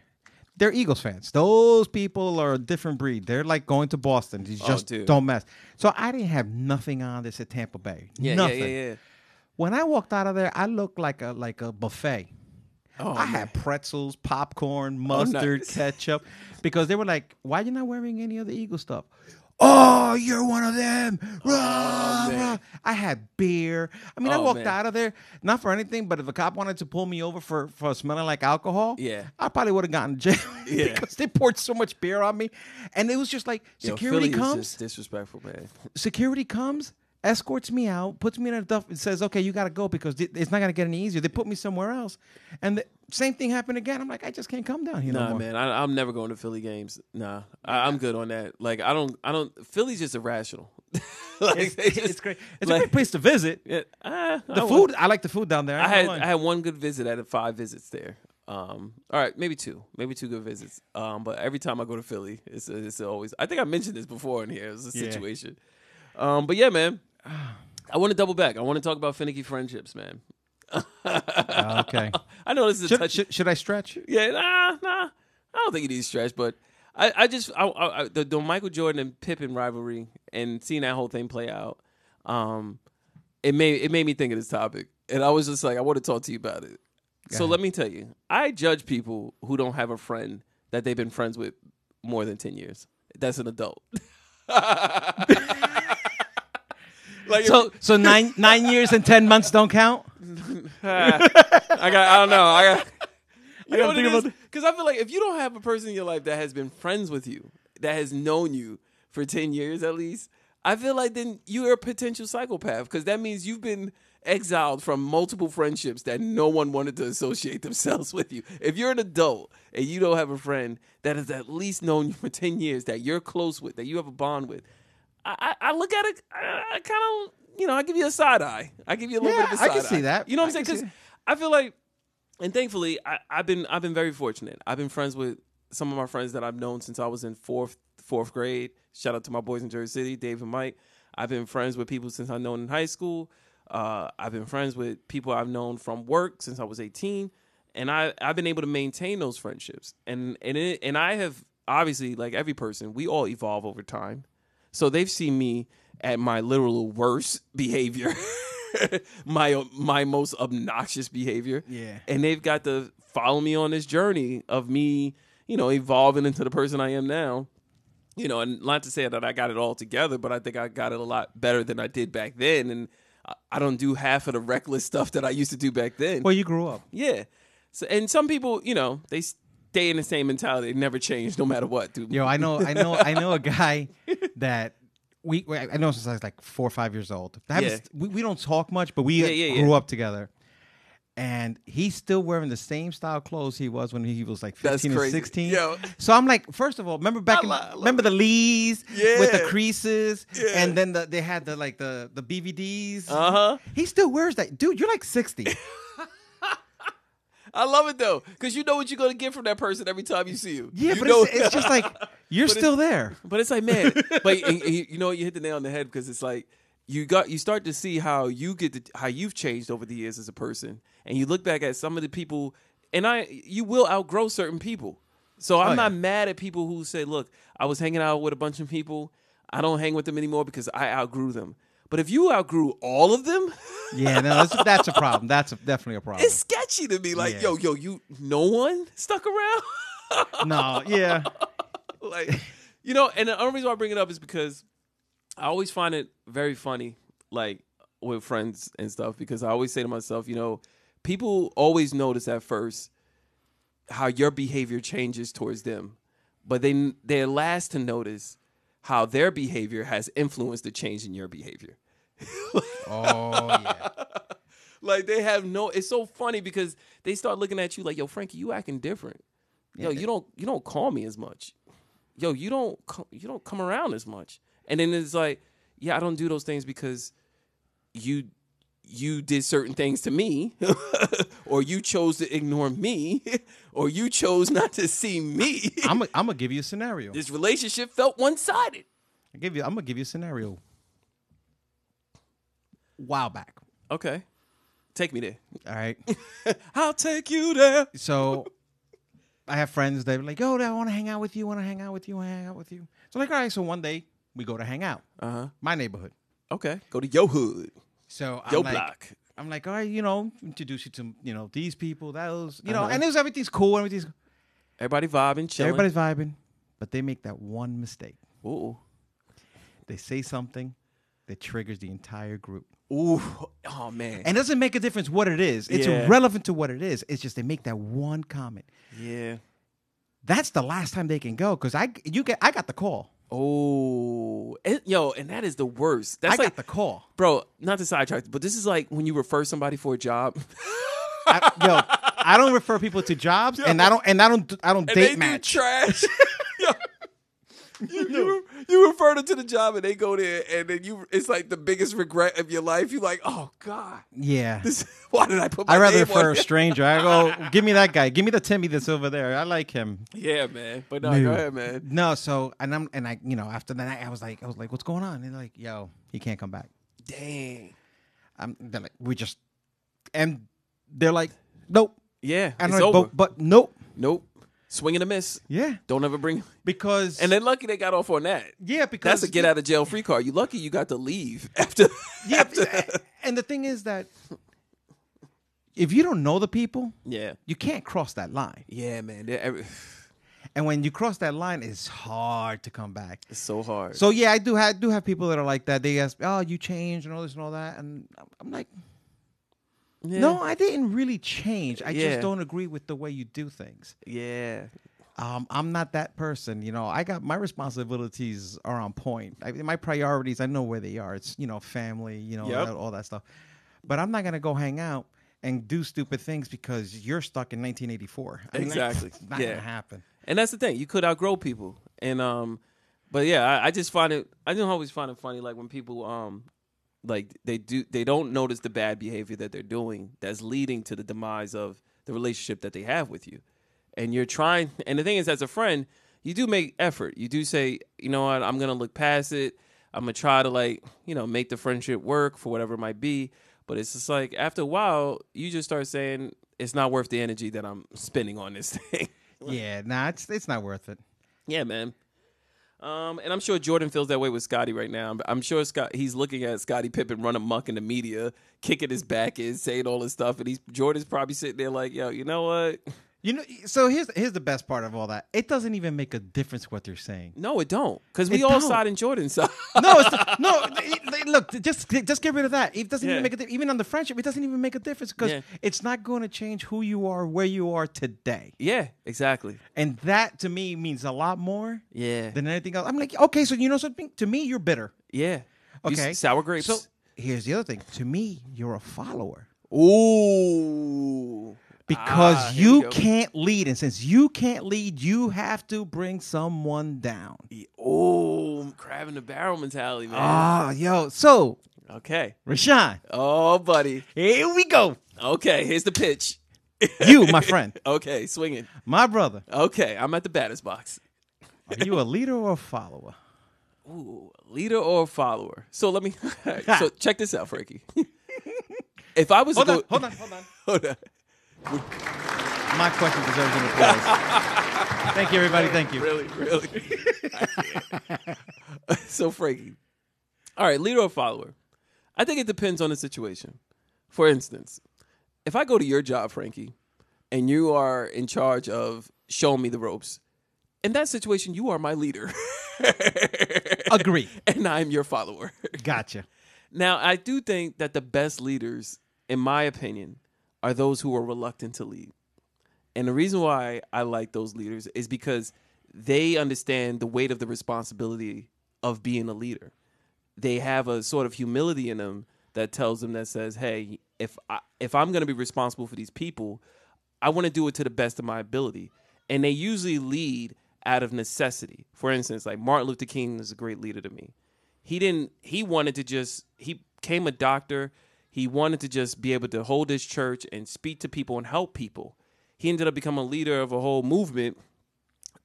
they're Eagles fans. Those people are a different breed. They're like going to Boston. You just
Oh, dude.
don't mess. So I didn't have nothing on this at Tampa Bay.
Yeah,
nothing.
yeah, yeah, yeah.
When I walked out of there, I looked like a like a buffet.
Oh,
I had pretzels, popcorn, mustard,
nice.
ketchup, because they were like, "Why you not wearing any of the Eagle stuff?" Oh, you're one of them. Rah,
man.
rah. I had beer. I mean, I
Oh,
walked
man.
out of there not for anything, but if a cop wanted to pull me over for, for smelling like alcohol,
Yeah.
I probably would have gotten in jail
Yeah.
because they poured so much beer on me, and it was just like
Yo,
security
Philly is
comes
just disrespectful, man.
security comes, escorts me out, puts me in a duff, and says, "Okay, you gotta go because th- it's not gonna get any easier." They put me somewhere else, and the same thing happened again. I'm like, I just can't come down here no
Nah,
more.
man, I, I'm never going to Philly games. Nah, I, I'm good on that. Like, I don't, I don't. Philly's just irrational. like,
It's,
they just-
it's great. It's
like-
a great place to visit.
Yeah, ah, I
The
don't
food, I like the food down there.
I
ain't
had
gonna
I
lie.
had one good visit out of five visits there. Um, all right, maybe two, maybe two good visits. Um, but every time I go to Philly, it's it's always. I think I mentioned this before in here. It was a
Yeah.
situation. Um, but yeah, man, I want to double back. I want to talk about finicky friendships, man.
Ah, okay.
I know this is a
Should,
touchy.
should, should I stretch?
Yeah, nah, nah. I don't think you need to stretch, but I, I just I, I, I- the, the Michael Jordan and Pippen rivalry and seeing that whole thing play out, um, it made it made me think of this topic, and I was just like, I want to talk to you about it. so let me tell you, I judge people who don't have a friend that they've been friends with more than ten years. That's an adult. like if-
So, so nine nine years and ten months don't count.
I got. I don't know. I got. You know
gotta
what
think
it
about
is? Because I feel like if you don't have a person in your life that has been friends with you, that has known you for ten years at least, I feel like then you are a potential psychopath. Because that means you've been exiled from multiple friendships that no one wanted to associate themselves with you. If you're an adult and you don't have a friend that has at least known you for ten years, that you're close with, that you have a bond with, I, I I look at it. I, I kind of. You know, I give you a side eye. I give you a little
Yeah,
bit of a
I
side
can
eye.
see that.
You know what
I
I'm
can
saying?
see
Because I feel like and thankfully I, I've been I've been very fortunate. I've been friends with some of my friends that I've known since I was in fourth fourth grade. Shout out to my boys in Jersey City, Dave and Mike. I've been friends with people since I've known in high school. Uh, I've been friends with people I've known from work since I was eighteen, and I I've been able to maintain those friendships. And and it, and I have obviously like every person, we all evolve over time. So they've seen me at my literal worst behavior, my my most obnoxious behavior.
Yeah.
And they've got to follow me on this journey of me, you know, evolving into the person I am now. You know, and not to say that I got it all together, but I think I got it a lot better than I did back then. And I- I don't do half of the reckless stuff that I used to do back then.
Well, you grew up.
Yeah. So, and some people, you know, they stay in the same mentality, they never change no matter what, dude.
Yo, I know, I know, I know a guy that we. we- I know since I was like four or five years old. That
Yeah.
was- we, we don't talk much, but we
Yeah, yeah,
grew
yeah.
up together. And he's still wearing the same style clothes he was when he was like
That's
fifteen or
crazy.
sixteen.
Yo.
So I'm like, first of all, remember back,
I
in,
lo- I love
remember the lees with the
Yeah.
creases,
Yeah.
and then the, they had the like the the BVDs.
Uh huh.
He still wears that, dude. You're like sixty.
I love it though, because you know what you're gonna get from that person every time you see you.
Yeah,
You
but
know-
it's, it's just like you're still there.
but it's like man, but and- and you know you hit the nail on the head because it's like you got you start to see how you get to, how you've changed over the years as a person, and you look back at some of the people, and I you will outgrow certain people. So I'm
Oh, yeah.
not mad at people who say, "Look, I was hanging out with a bunch of people, I don't hang with them anymore because I outgrew them." But if you outgrew all of them,
Yeah, no, that's, that's a problem. That's a, definitely a problem.
it's sketchy to me. Like,
Yeah.
yo, yo, you no one stuck around.
no, yeah.
like you know and the only reason why i bring it up is because i always find it very funny like with friends and stuff because i always say to myself you know people always notice at first how your behavior changes towards them but they they're last to notice how their behavior has influenced the change in your behavior
Oh yeah.
like they have no it's so funny because they start looking at you like yo frankie you acting different yo you don't you don't call me as much yo you don't co- you don't come around as much and then it's like yeah i don't do those things because you you did certain things to me or you chose to ignore me or you chose not to see me
I'm gonna I'm give you a scenario.
this relationship felt one-sided
I give you I'm gonna give you a scenario. While back.
okay take me there
All right.
i'll take you there
So I have friends that are like, "Yo, I want to hang out with you. Want to hang out with you. Want to hang out with you." So like, all right. So one day we go to hang out.
Uh huh.
My neighborhood.
Okay. Go to your hood,
So I'm
your
like,
block.
I'm like, all right, you know, introduce you to you know these people, those, you know, and it was everything's cool, everything's
Everybody vibing, chilling.
everybody's vibing, but they make that one mistake.
Ooh.
They say something that triggers the entire group,
Ooh. Oh man.
and it doesn't make a difference what it is. It's
Yeah.
irrelevant to what it is. It's just they make that one comment.
yeah.
That's the last time they can go because I you get I got the call.
Oh, and, yo, and that is the worst. That's
I got
like
the call.
bro, not to sidetrack, but this is like when you refer somebody for a job.
I, yo, I don't refer people to jobs, and I don't and I don't I don't
and they
date
do
match.
trash. Yo, you, you, you refer them to the job and they go there and then you it's like the biggest regret of your life. You're like, oh God,
yeah,
this, why did I put my
I rather
name on
refer a
this?
stranger. I go, give me that guy. Give me the Timmy that's over there. I like him.
Yeah, man. But no,
Dude.
go ahead, man.
No, so and I'm and I you know after the night I was like I was like what's going on? And they're like yo he can't come back.
Dang.
I'm they're like we just and they're like nope.
Yeah.
And
it's
I'm like,
over.
but, but nope.
nope. Swing and a miss.
Yeah,
Don't ever bring
because
And then lucky they got off on that.
yeah because
That's a get out of jail free card. You lucky you got to leave after.
Yeah, and the thing is that if you don't know the people,
yeah.
you can't cross that line.
Yeah, man. They're every-
And when you cross that line, it's hard to come back.
It's so hard.
So yeah, I do have do have people that are like that. They ask, "Oh, you changed and all this and all that," and I'm- I'm like,
Yeah.
"No, I didn't really change. I
Yeah.
just don't agree with the way you do things.
Yeah.
Um, I'm not that person. You know, I got my responsibilities are on point. I, my priorities, I know where they are. It's you know, family, you know,
Yep.
that- all that stuff. But I'm not gonna go hang out and do stupid things because you're stuck in 1984. I mean, like,
Exactly.
not
Yeah.
gonna happen.
And that's the thing. You could outgrow people. And um but yeah, I, I just find it I don't always find it funny like when people um like they do they don't notice the bad behavior that they're doing that's leading to the demise of the relationship that they have with you. And you're trying and the thing is as a friend, you do make effort. You do say, you know what, I'm gonna look past it. I'm gonna try to like, you know, make the friendship work for whatever it might be. But it's just like after a while, you just start saying it's not worth the energy that I'm spending on this thing.
Yeah, nah, it's it's not worth it.
Yeah, man. Um, and I'm sure Jordan feels that way with Scotty right now. I'm- I'm sure Scott he's looking at Scotty Pippen run amok in the media, kicking his back in, saying all this stuff, and he's Jordan's probably sitting there like, yo, you know what?
You know, so here's here's the best part of all that. It doesn't even make a difference what they're saying.
No, it don't, because we
It
all
don't.
side in Jordan's side.
No, it's no. it- it- Look, just just get rid of that. It doesn't
Yeah.
even make a di- even on the friendship. It doesn't even make a difference because
Yeah.
it's not going to change who you are, where you are today,
yeah, exactly.
and that to me means a lot more
Yeah,
than anything else. I'm like, okay, so you know something? To me, you're bitter.
yeah. You s-
Okay,
sour grapes.
So here's the other thing. To me, you're a follower
Ooh,
because
Ah, here we
you
go.
can't lead, and since you can't lead, you have to bring someone down.
ooh, crab in the barrel mentality, man.
Ah, yo. So,
okay.
Rashawn,
Oh, buddy.
here we go.
Okay, here's the pitch.
You, my friend,
Okay, swinging.
my brother.
Okay, I'm at the batter's box.
Are you a leader or a follower?
Ooh, leader or follower? So let me. so check this out, Frankie. if I was to go,
on, hold on.
hold on.
My question deserves an applause. thank you, everybody. Thank you.
Really, really. so Frankie, all right, leader or follower? I think it depends on the situation. For instance, if I go to your job, Frankie, and you are in charge of showing me the ropes, in that situation, you are my leader,
Agree.
and I'm your follower.
Gotcha.
Now, I do think that the best leaders, in my opinion, are those who are reluctant to lead. And the reason why I like those leaders is because they understand the weight of the responsibility of being a leader. They have a sort of humility in them that tells them that says, "Hey, if I, if I'm going to be responsible for these people, I want to do it to the best of my ability." And they usually lead out of necessity. For instance, like Martin Luther King is a great leader to me he didn't he wanted to just he came a doctor he wanted to just be able to hold his church and speak to people and help people he ended up becoming a leader of a whole movement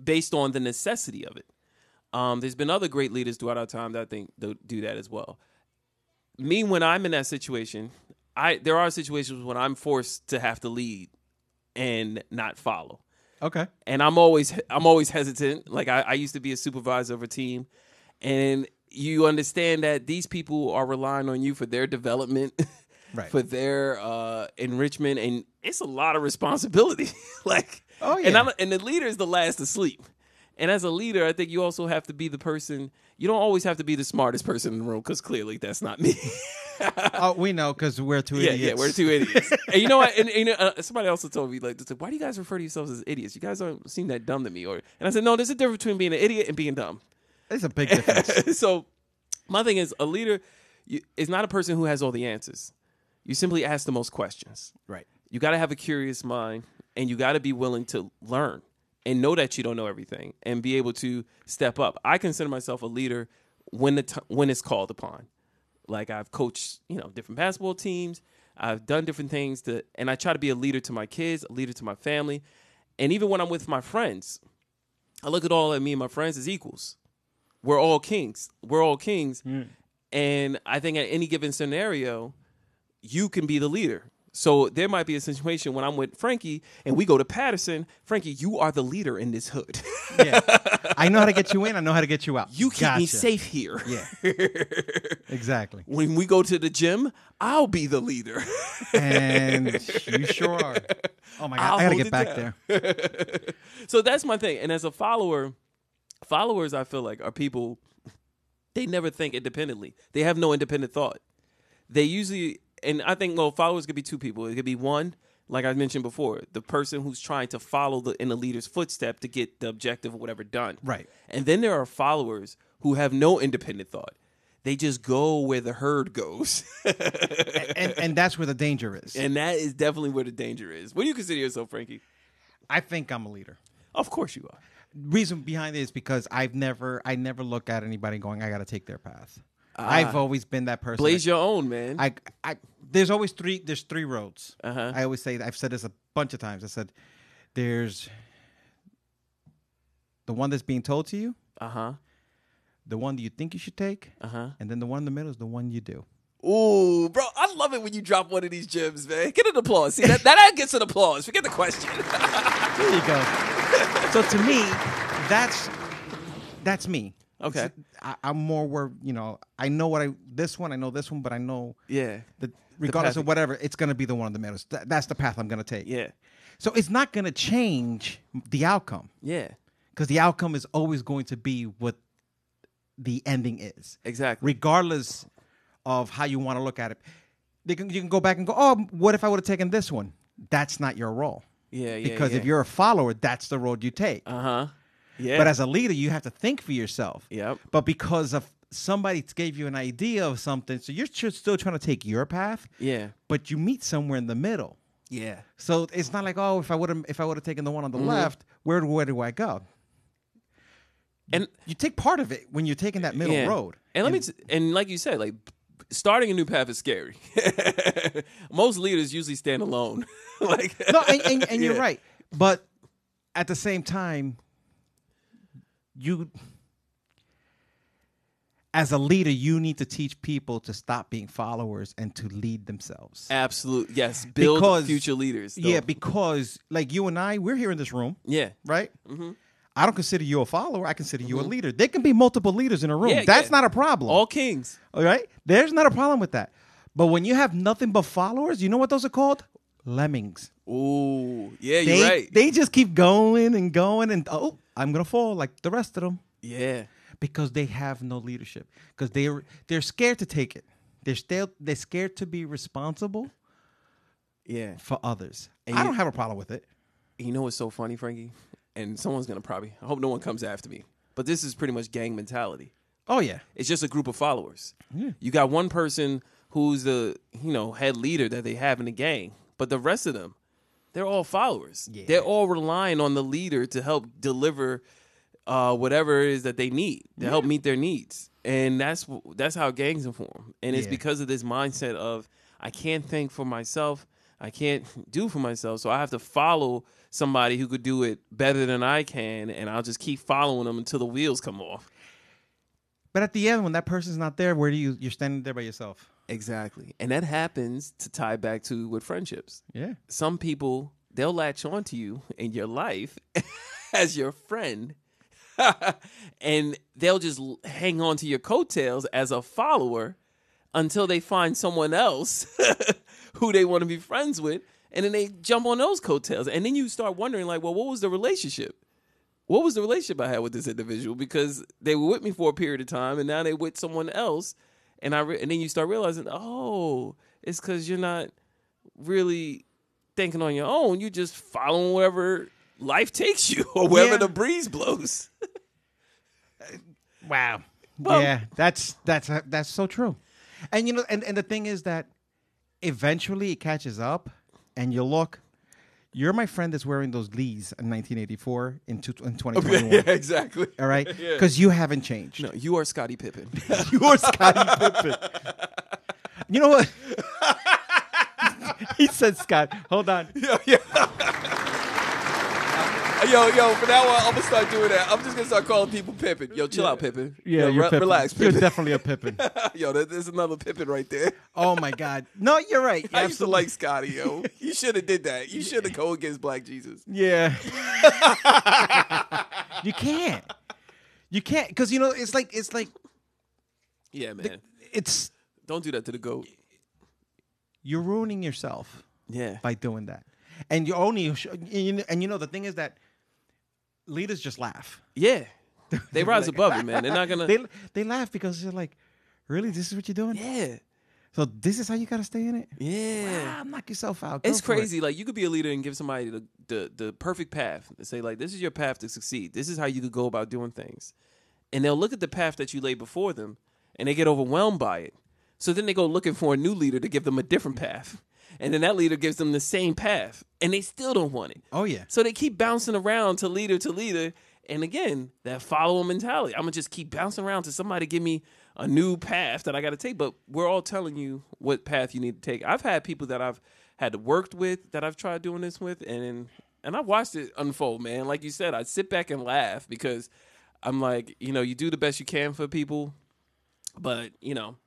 based on the necessity of it um, there's been other great leaders throughout our time that i think do do that as well me when i'm in that situation i there are situations when i'm forced to have to lead and not follow
Okay.
and I'm always I'm always hesitant. Like I, I used to be a supervisor of a team, and you understand that these people are relying on you for their development,
Right.
for their uh, enrichment, and it's a lot of responsibility. like,
Oh,
and
yeah.
I'm, and the leader is the last to sleep. And as a leader, I think you also have to be the person. You don't always have to be the smartest person in the room because clearly that's not me.
Oh, we know because we're two
Yeah,
idiots.
yeah, we're two idiots. and you know what? And, and, you know, uh, somebody also told me like, they said, "Why do you guys refer to yourselves as idiots? You guys don't seem that dumb to me." Or and I said, "No, there's a difference between being an idiot and being dumb."
It's a big difference.
so my thing is, a leader you, is not a person who has all the answers. You simply ask the most questions.
right.
You got to have a curious mind, and you got to be willing to learn and know that you don't know everything, and be able to step up. I consider myself a leader when the t- when it's called upon like I've coached, you know, different basketball teams. I've done different things to, and I try to be a leader to my kids, a leader to my family, and even when I'm with my friends, I look at all at me and my friends as equals. We're all kings. We're all kings, and I think at any given scenario, you can be the leader. So there might be a situation when I'm with Frankie and we go to Patterson. Frankie, you are the leader in this hood.
Yeah. I know how to get you in. I know how to get you out.
you keep me
Gotcha.
safe here.
Yeah. exactly.
When we go to the gym, I'll be the leader.
And you sure are. Oh my god!
I'll
I gotta
hold it
get back
down.
there.
So that's my thing. And as a follower, followers I feel like are people they never think independently. They have no independent thought. They usually and I think well followers could be two people. It could be one, like I mentioned before, the person who's trying to follow the in the leader's footstep to get the objective or whatever done.
Right.
And then there are followers who have no independent thought. They just go where the herd goes.
And and that's where the danger is.
and that is definitely where the danger is. What do you consider yourself, Frankie?
I think I'm a leader.
Of course you are.
reason behind it is because I've never I never look at anybody going I got to take their path. I've always been that person.
Ah. Blaze
that-
your own, man.
I I there's always three there's three roads.
Uh-huh.
I always say that- I've said this a bunch of times. I said there's the one that's being told to you,
uh-huh.
the one that you think you should take,
Uh-huh.
and then the one in the middle is the one you do.
Ooh, bro, I love it when you drop one of these gems, man. Get an applause. See, that, that gets an applause. Forget the question.
There you go. so to me, that's that's me.
Okay.
It's- I, I'm more where you know I know what I this one I know this one, but I know
Yeah.
that regardless
path-
of whatever, it's going to be the one in the middle. It's th- that's the path I'm going to take.
Yeah.
So it's not going to change the outcome
Yeah.
because the outcome is always going to be what the ending is,
Exactly.
regardless of how you want to look at it. They can, you can go back and go, oh, what if I would have taken this one? That's not your role.
Yeah, yeah,
Because if
yeah.
you're a follower, that's the road you take.
uh-huh. Yeah.
But as a leader, you have to think for yourself.
Yep.
But because of somebody gave you an idea of something, so you're ch- still trying to take your path
yeah.
but you meet somewhere in the middle.
Yeah.
So it's not like, oh, if I would have if I would have taken the one on
Mm-hmm.
the left, where where do I go?
And
You take part of it when you're taking that middle
yeah.
road.
And let me t- and like you said, like starting a new path is scary. Most leaders usually stand alone. like
No, and, and, and you're right. But at the same time, you as a leader, you need to teach people to stop being followers and to lead themselves.
Absolute. Yes, build
Because-
future leaders. though.
Yeah, because like you and I, we're here in this room,
yeah.
right?
Mm-hmm.
I don't consider you a follower. I consider you a leader. There can be multiple leaders in a room.
Yeah,
That's
yeah.
not a problem.
All kings.
All right? There's not a problem with that. But when you have nothing but followers, you know what those are called? Lemmings.
Ooh. Yeah,
They,
you're right.
they just keep going and going and oh, I'm going to fall like the rest of them
yeah.
because they have no leadership. Cuz they are they're scared to take it. They're still they're scared to be responsible
Yeah.
for others.
And
I
you-
don't have a problem with it.
You know what's so funny, Frankie? And someone's gonna probably. I hope no one comes after me. But this is pretty much gang mentality.
Oh yeah.
It's just a group of followers. You got one person who's the you know head leader that they have in the gang, but the rest of them, they're all followers.
Yeah.
They're all relying on the leader to help deliver uh, whatever it is that they need to help meet their needs, and that's wh- that's how gangs are formed. And it's
Yeah.
because of this mindset of I can't think for myself, I can't do for myself, so I have to follow somebody who could do it better than I can, and I'll just keep following them until the wheels come off.
But at the end when that person's not there, where do you you're standing there by yourself?
Exactly. And that happens to tie back to with friendships.
Yeah.
Some people they'll latch onto you in your life as your friend. and they'll just l- hang on to your coattails as a follower until they find someone else who they want to be friends with. And then they jump on those coattails. And then you start wondering, like, well, what was the relationship? What was the relationship I had with this individual? Because they were with me for a period of time and now they're with someone else. And I re- and then you start realizing, oh, it's because you're not really thinking on your own. You're just following whatever life takes you or wherever
Yeah.
the breeze blows.
Wow.
Well-
yeah, that's that's uh, that's so true. And you know, and, and the thing is that eventually it catches up, and you look. You're my friend that's wearing those Lees in 1984 in, two, in 2021.
exactly.
All right, because you haven't changed.
No, you are Scottie Pippen.
You are Scottie Pippen. You know what? he said Scott. Hold on.
yo, yo, yo, yo, for now on, I'm gonna start doing that. I'm just gonna start calling people Pippin. Yo, chill out, Pippin. yo, re-
Pippen.
relax,
You're
Pippin.
definitely a Pippin.
yo, there- there's another Pippin right there.
Oh my God. No, you're right.
I used to like Scotty, yo. You should have did that. You should have go against Black Jesus.
Yeah. you can't. You can't because you know it's like it's like
Yeah, man.
it's
Don't do that to the goat.
you're ruining yourself
Yeah.
by doing that, and you only sh- and you- and you know the thing is that leaders just laugh.
Yeah. They rise above it, man. They're not gonna
They they laugh because they're like, really, this is what you're doing.
Yeah.
So this is how you gotta stay in it.
Yeah.
Ah, knock yourself out. Go
It's
for it.
crazy. Like you could be a leader and give somebody the, the the perfect path and say like, "This is your path to succeed. This is how you could go about doing things," and they'll look at the path that you laid before them, and they get overwhelmed by it. So then they go looking for a new leader to give them a different path, and then that leader gives them the same path, and they still don't want it.
Oh yeah.
So they keep bouncing around to leader to leader. And again, that follower mentality. I'm gonna just keep bouncing around to somebody give me a new path that I gotta take. But we're all telling you what path you need to take. I've had people that I've had worked with that I've tried doing this with and and I watched it unfold, man. Like you said, I sit back and laugh because I'm like, you know, you do the best you can for people, but you know,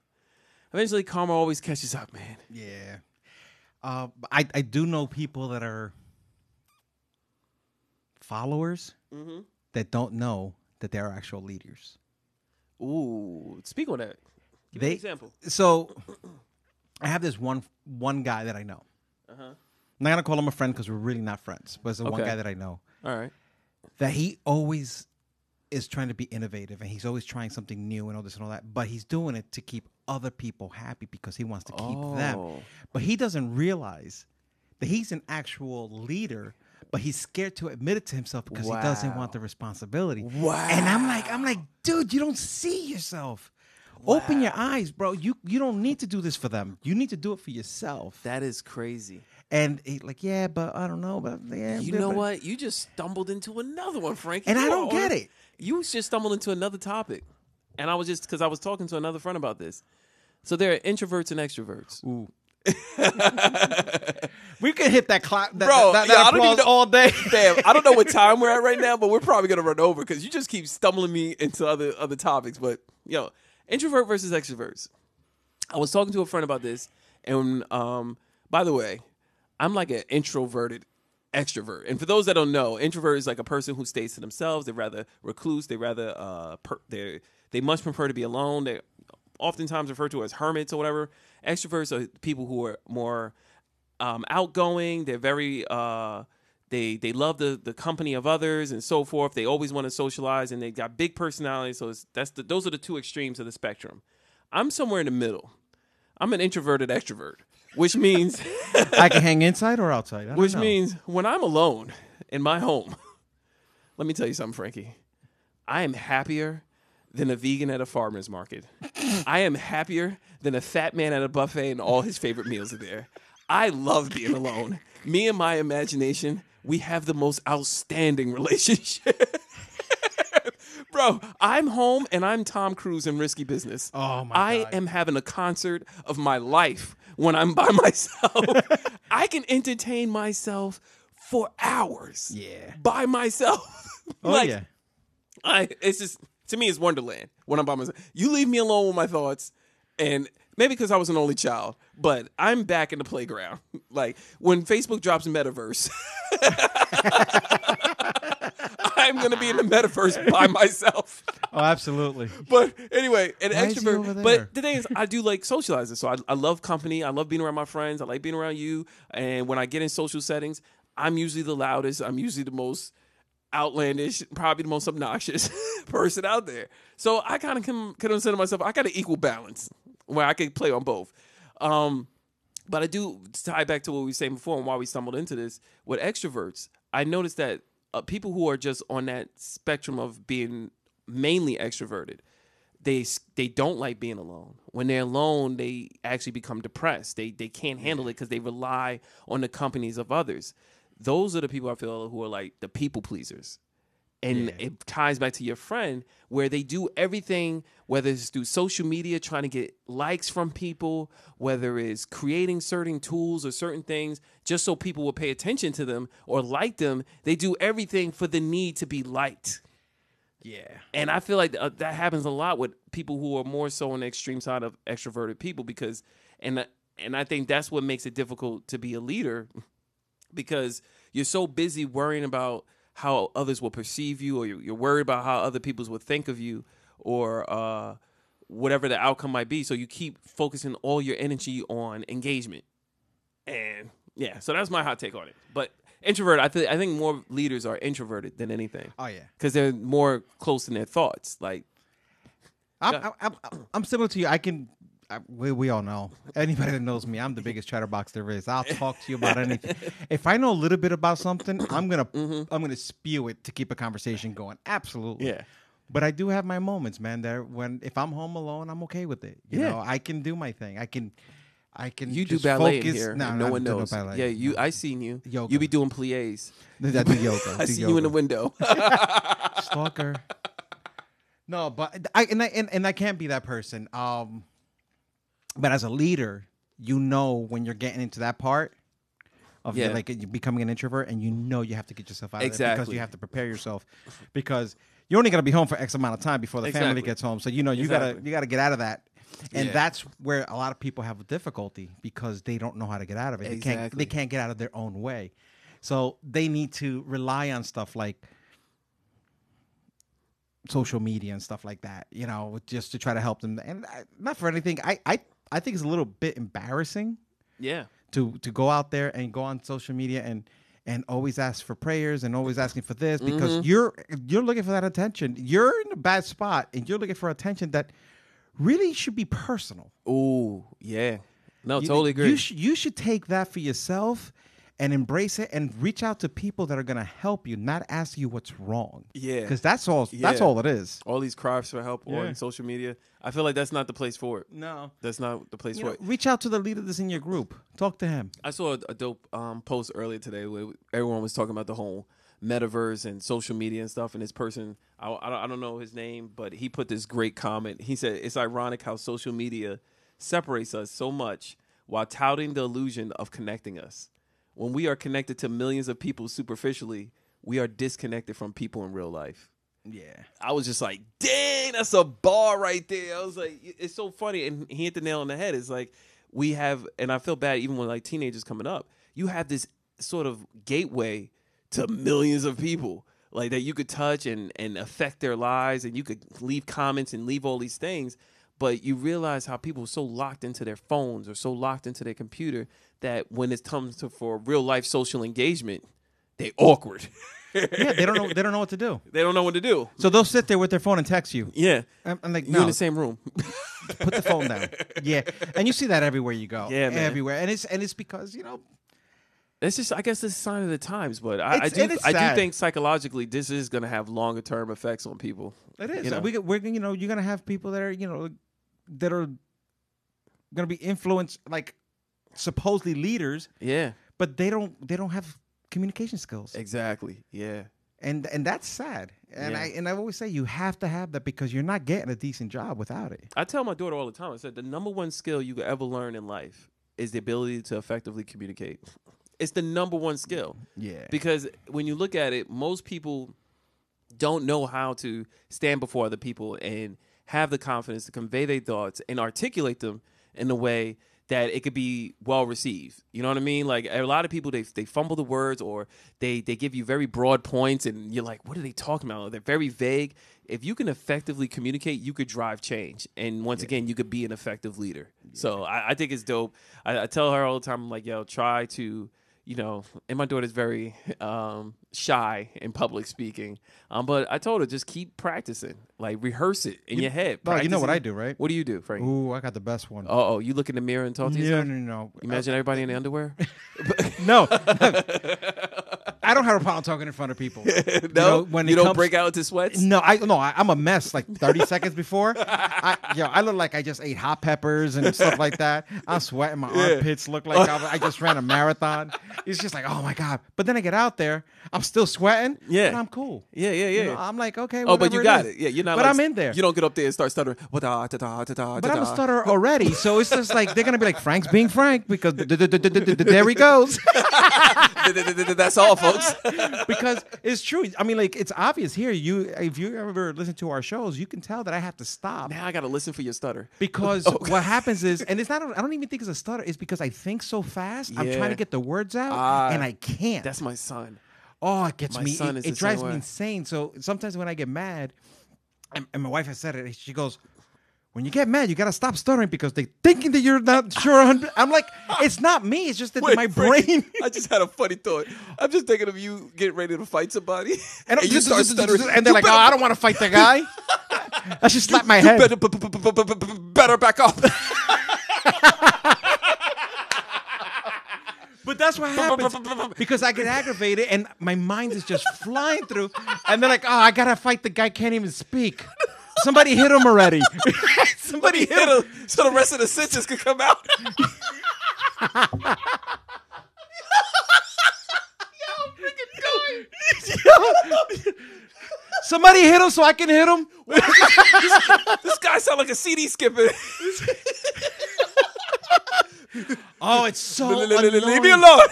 eventually karma always catches up, man.
Yeah. Uh, but I I do know people that are followers
Mm-hmm.
that don't know that they are actual leaders.
Ooh, speak on that. Give me an
They-
example.
So I have this one one guy that I know. I'm not gonna call him a friend because we're really not friends. But it's the one
Uh-huh. Okay.
guy that I know
All right.
that he always is trying to be innovative and he's always trying something new and all this and all that. But he's doing it to keep other people happy because he wants to keep them.
Oh.
But he doesn't realize that he's an actual leader, but he's scared to admit it to himself because he doesn't want the responsibility.
Wow.
And I'm like, I'm like, dude, you don't see yourself. Open your eyes, bro. You you don't need to do this for them. You need to do it for yourself.
That is crazy.
and he, like, yeah, but I don't know, but yeah,
You
but-
know
but-
what? You just stumbled into another one, Frankie.
And I
You
don't
are
get
on-
it.
You just stumbled into another topic. And I was just because I was talking to another friend about this. So there are introverts and extroverts.
We could hit that clock, that,
Bro,
that, that,
yeah, I don't
applause
even know-
all day.
Damn, I don't know what time we're at right now, but we're probably gonna run over because you just keep stumbling me into other other topics. But yo, introvert versus extroverts. I was talking to a friend about this, and um, by the way, I'm like an introverted extrovert. And for those that don't know, introvert is like a person who stays to themselves. They're rather recluse. They rather uh, per- they they much prefer to be alone. They're oftentimes referred to as hermits or whatever. Extroverts are people who are more um, outgoing. They're very uh, they they love the the company of others and so forth. They always want to socialize and they got big personalities. So it's, that's the, those are the two extremes of the spectrum. I'm somewhere in the middle. I'm an introverted extrovert, which means
I can hang inside or outside. I don't
which
know.
means when I'm alone in my home, let me tell you something, Frankie. I am happier than a vegan at a farmer's market. I am happier than a fat man at a buffet and all his favorite meals are there. I love being alone. Me and my imagination, we have the most outstanding relationship. Bro, I'm home and I'm Tom Cruise in Risky Business.
Oh, my
I
God.
am having a concert of my life when I'm by myself. I can entertain myself for hours.
Yeah.
By myself.
oh
like
yeah,
I it's just to me it's Wonderland when I'm by myself. You leave me alone with my thoughts and Maybe because I was an only child, but I'm back in the playground. Like when Facebook drops Metaverse, I'm going to be in the Metaverse by myself.
Oh, absolutely.
But anyway, an
Why is he
extrovert.
over there?
But the thing is, I do like socializing. So I, I love company. I love being around my friends. I like being around you. And when I get in social settings, I'm usually the loudest. I'm usually the most outlandish, probably the most obnoxious person out there. So I kind of can, can consider myself, I got an equal balance where I can play on both. Um, but I do to tie back to what we were saying before and why we stumbled into this with extroverts. I noticed that uh, people who are just on that spectrum of being mainly extroverted, they s- they don't like being alone. When they're alone, they actually become depressed. They they can't handle it because they rely on the companies of others. Those are the people I feel who are like the people pleasers and it ties back to your friend where they do everything whether it's through social media trying to get likes from people whether it's creating certain tools or certain things just so people will pay attention to them or like them they do everything for the need to be liked
Yeah.
and I feel like uh, that happens a lot with people who are more so on the extreme side of extroverted people because, and uh, and I think that's what makes it difficult to be a leader, because you're so busy worrying about how others will perceive you, or you're you're worried about how other people will think of you, or uh, whatever the outcome might be. So you keep focusing all your energy on engagement, and yeah, so that's my hot take on it. But introvert, I think I think more leaders are introverted than anything
Oh yeah.
because they're more close in their thoughts. Like,
I'm, I'm, I'm, I'm similar to you. I can. I, we, we all know. Anybody that knows me, I'm the biggest chatterbox there is. I'll talk to you about anything. If I know a little bit about something, I'm gonna I'm gonna spew it to keep a conversation going. Absolutely.
Mm-hmm. Yeah.
But I do have my moments, man. There when if I'm home alone, I'm okay with it. You
Yeah.
know, I can do my thing. I can. I can.
you do
just
ballet
focus.
in here,
No,
and
no,
no
I'm
one
doing
knows.
ballet.
Yeah, you. I seen you.
Yoga.
You be doing plies.
I do yoga.
I
do
see you in the
yoga.
window.
stalker. No, but I and I and, and I can't be that person. Um, but as a leader, you know when you're getting into that part of
Yeah.
your, like you becoming an introvert, and you know you have to get yourself out of it because
Exactly.
you have to prepare yourself because you're only gonna be home for X amount of time before the family
Exactly.
gets home. So you know you gotta
Exactly.
you gotta get out of that. And
Yeah.
that's where a lot of people have difficulty because they don't know how to get out of it. They can't
Exactly.
they can't get out of their own way. So they need to rely on stuff like social media and stuff like that, you know, just to try to help them. And I, not for anything, I, I I think it's a little bit embarrassing
yeah.
to to go out there and go on social media and and always ask for prayers and always asking for this because you're you're looking for that attention. You're in a bad spot and you're looking for attention that really should be personal.
Ooh. Yeah. No,
You-
totally agree.
You, sh- you should take that for yourself and embrace it and reach out to people that are going to help you, not ask you what's wrong.
Yeah.
because that's all. That's
Yeah.
all it is.
All these cries for help
Yeah.
on social media. I feel like that's not the place for it.
No,
That's not the place
you
for
know,
it.
reach out to the leader that's in your group. Talk to him.
I saw a, a dope um, post earlier today where everyone was talking about the whole metaverse and social media and stuff. And this person, I, I, don't, I don't know his name, but he put this great comment. He said, It's ironic how social media separates us so much while touting the illusion of connecting us. When we are connected to millions of people superficially, we are disconnected from people in real life.
Yeah,
I was just like, dang, that's a bar right there. I was like, it's so funny. And he hit the nail on the head. It's like, we have, and I feel bad even when like teenagers coming up, you have this sort of gateway to millions of people like that you could touch and, and affect their lives and you could leave comments and leave all these things. But you realize how people are so locked into their phones or so locked into their computer that when it comes to for real life social engagement, they awkward.
yeah. They don't know. They don't know what to do.
They don't know what to do.
So they'll sit there with their phone and text you.
Yeah.
I'm, I'm like,
You're in
no,
the same room.
put the phone down. Yeah, and you see that everywhere you go.
Yeah, man.
everywhere, and it's and it's because you know
It's just, I guess, it's a sign of the times. But I, I
It's- it
do,
is
I do
sad.
think psychologically, this is going to have longer term effects on people.
It is.
You know?
We could- we're gonna- you know you're gonna have people that are you know that are gonna be influenced like supposedly leaders,
Yeah,
but they don't they don't have communication skills,
exactly. Yeah,
and and that's sad. And
Yeah.
I and I always say you have to have that because you're not getting a decent job without it.
I tell my daughter all the time. I said the number one skill you could ever learn in life is the ability to effectively communicate. It's the number one skill.
Yeah.
Because when you look at it, most people don't know how to stand before other people and have the confidence to convey their thoughts and articulate them
in a way that it could be well received. You know what I mean? Like a lot of people they they fumble the words or they they give you very broad points and you're like, what are they talking about? They're very vague. If you can effectively communicate, you could drive change. And once again, you could be an effective leader. So I, I think it's dope. I, I tell her all the time, I'm like, yo, try to you know, and my daughter's very um, shy in public speaking. Um, but I told her just keep practicing, like rehearse it in your head.
Well, you know what
Practice
I
it.
do, right?
What do you do, Frank?
Ooh, I got the best one.
Oh, oh, you look in the mirror and talk to
no, no,
yourself.
no, no.
Imagine everybody
uh,
in the underwear.
No, I don't have a problem talking in front of people. no, you
no,
know, when
you
it
don't
comes-
break out into sweats.
No, I no, I, I'm a mess. Like 30 seconds before, I, yo, I look like I just ate hot peppers and stuff like that. I'm sweating. My armpits look like I, I just ran a marathon. It's just like, oh my god. But then I get out there, I'm still sweating.
Yeah.
but I'm cool.
Yeah, yeah, yeah.
You know, I'm like, okay.
oh, but you
whatever
got
is.
it. Yeah, you're not.
But
like-
I'm in there.
You don't get up there and start stuttering. But I'm
But I'm a stutterer already, so it's just like they're gonna be like Frank's being Frank because d- d- d- d- d- d- d- there he goes.
That's all, folks.
because it's true. I mean, like it's obvious here. You, if you ever listen to our shows, you can tell that I have to stop
Now I gotta listen for your stutter.
because what happens is, and it's not. I don't even think it's a stutter. It's because I think so fast. I'm
Yeah.
trying to get the words out,
Ah,
and I can't.
That's my son.
Oh, it gets
My
me.
son
it
is
it
the same
drives me
way.
insane. So sometimes when I get mad, and, and my wife has said it, she goes, "When you get mad, you gotta stop stuttering because they thinking that you're not sure." 100 I'm like, it's not me. It's just that my brain.
I just had a funny thought. I'm just thinking of you getting ready to fight somebody,
And,
and, you start stuttering,
and they're like, "Oh, I don't want to fight that guy." I should slap my head.
better, b- b- b- b- b- b- better back up.
But that's what happens because I get aggravated and my mind is just flying through. And they're like, oh, I gotta fight the guy can't even speak. Somebody hit him already. Somebody hit him.
Hit him so the rest of the stitches could come out.
Somebody hit him so I can hit him.
this guy sound like a CD skipper.
Oh, it's so
Leave me
annoying.
alone.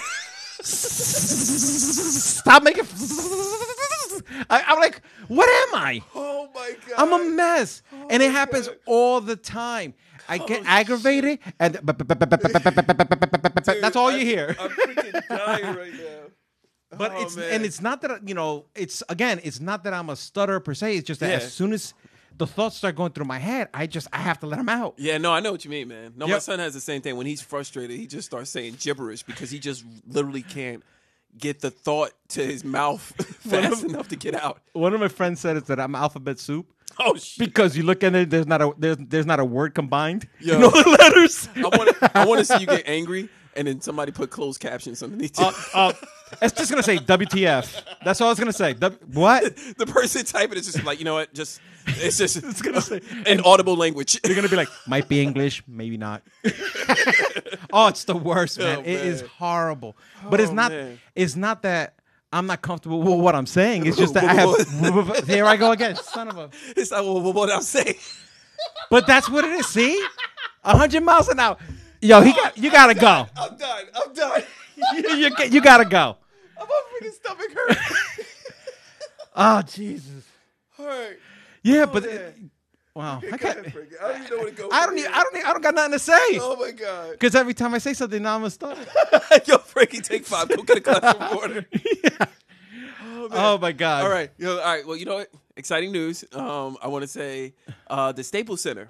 Stop making. I, I'm like, what am I?
Oh my god.
I'm a mess, and it happens all the time. I get aggravated, and that's all you hear.
I'm freaking dying right now.
But
Oh,
it's
man.
and it's not that you know it's again it's not that I'm a stutterer per se. It's just that
Yeah.
as soon as the thoughts start going through my head, I just I have to let them out.
Yeah, no, I know what you mean, man. No, my
Yep.
son has the same thing. When he's frustrated, he just starts saying gibberish because he just literally can't get the thought to his mouth fast enough to get out.
One of my friends said is that I'm alphabet soup
Oh shit!
because you look at it, there's not a there's there's not a word combined.
Yo.
You know the letters.
I want to I want to see you get angry and then somebody put closed captions underneath. you.
Uh, uh, it's just gonna say WTF. That's all it's gonna say. W- what?
the person typing is just like, you know what? Just it's just it's
gonna say-
an audible language.
You're gonna be like, might be English, maybe not. oh, it's the worst, man.
Oh,
It is
man.
horrible. But it's
Oh,
not.
man.
It's not that I'm not comfortable with what I'm saying. It's just that I have. there I go again, son of a.
it's like well, what I'm saying.
But that's what it is. See, hundred miles an hour. Yo, he got. You gotta go.
I'm done. I'm done.
You, you, ca- you gotta go.
I'm a freaking stomach hurt.
Oh Jesus.
All right. Oh,
Yeah, but. it- wow. I,
God,
can't,
freaking- I don't even know where to go.
I
from
don't. Even,
here.
I don't. Even, I don't got nothing to say.
Oh my god.
Because every time I say something, now I'm a stutter.
Yo, Frankie, take five. Go get a glass of water.
Oh my god.
All right. Yo, all right. Well, you know what? Exciting news. Um, I want to say uh, the Staples Center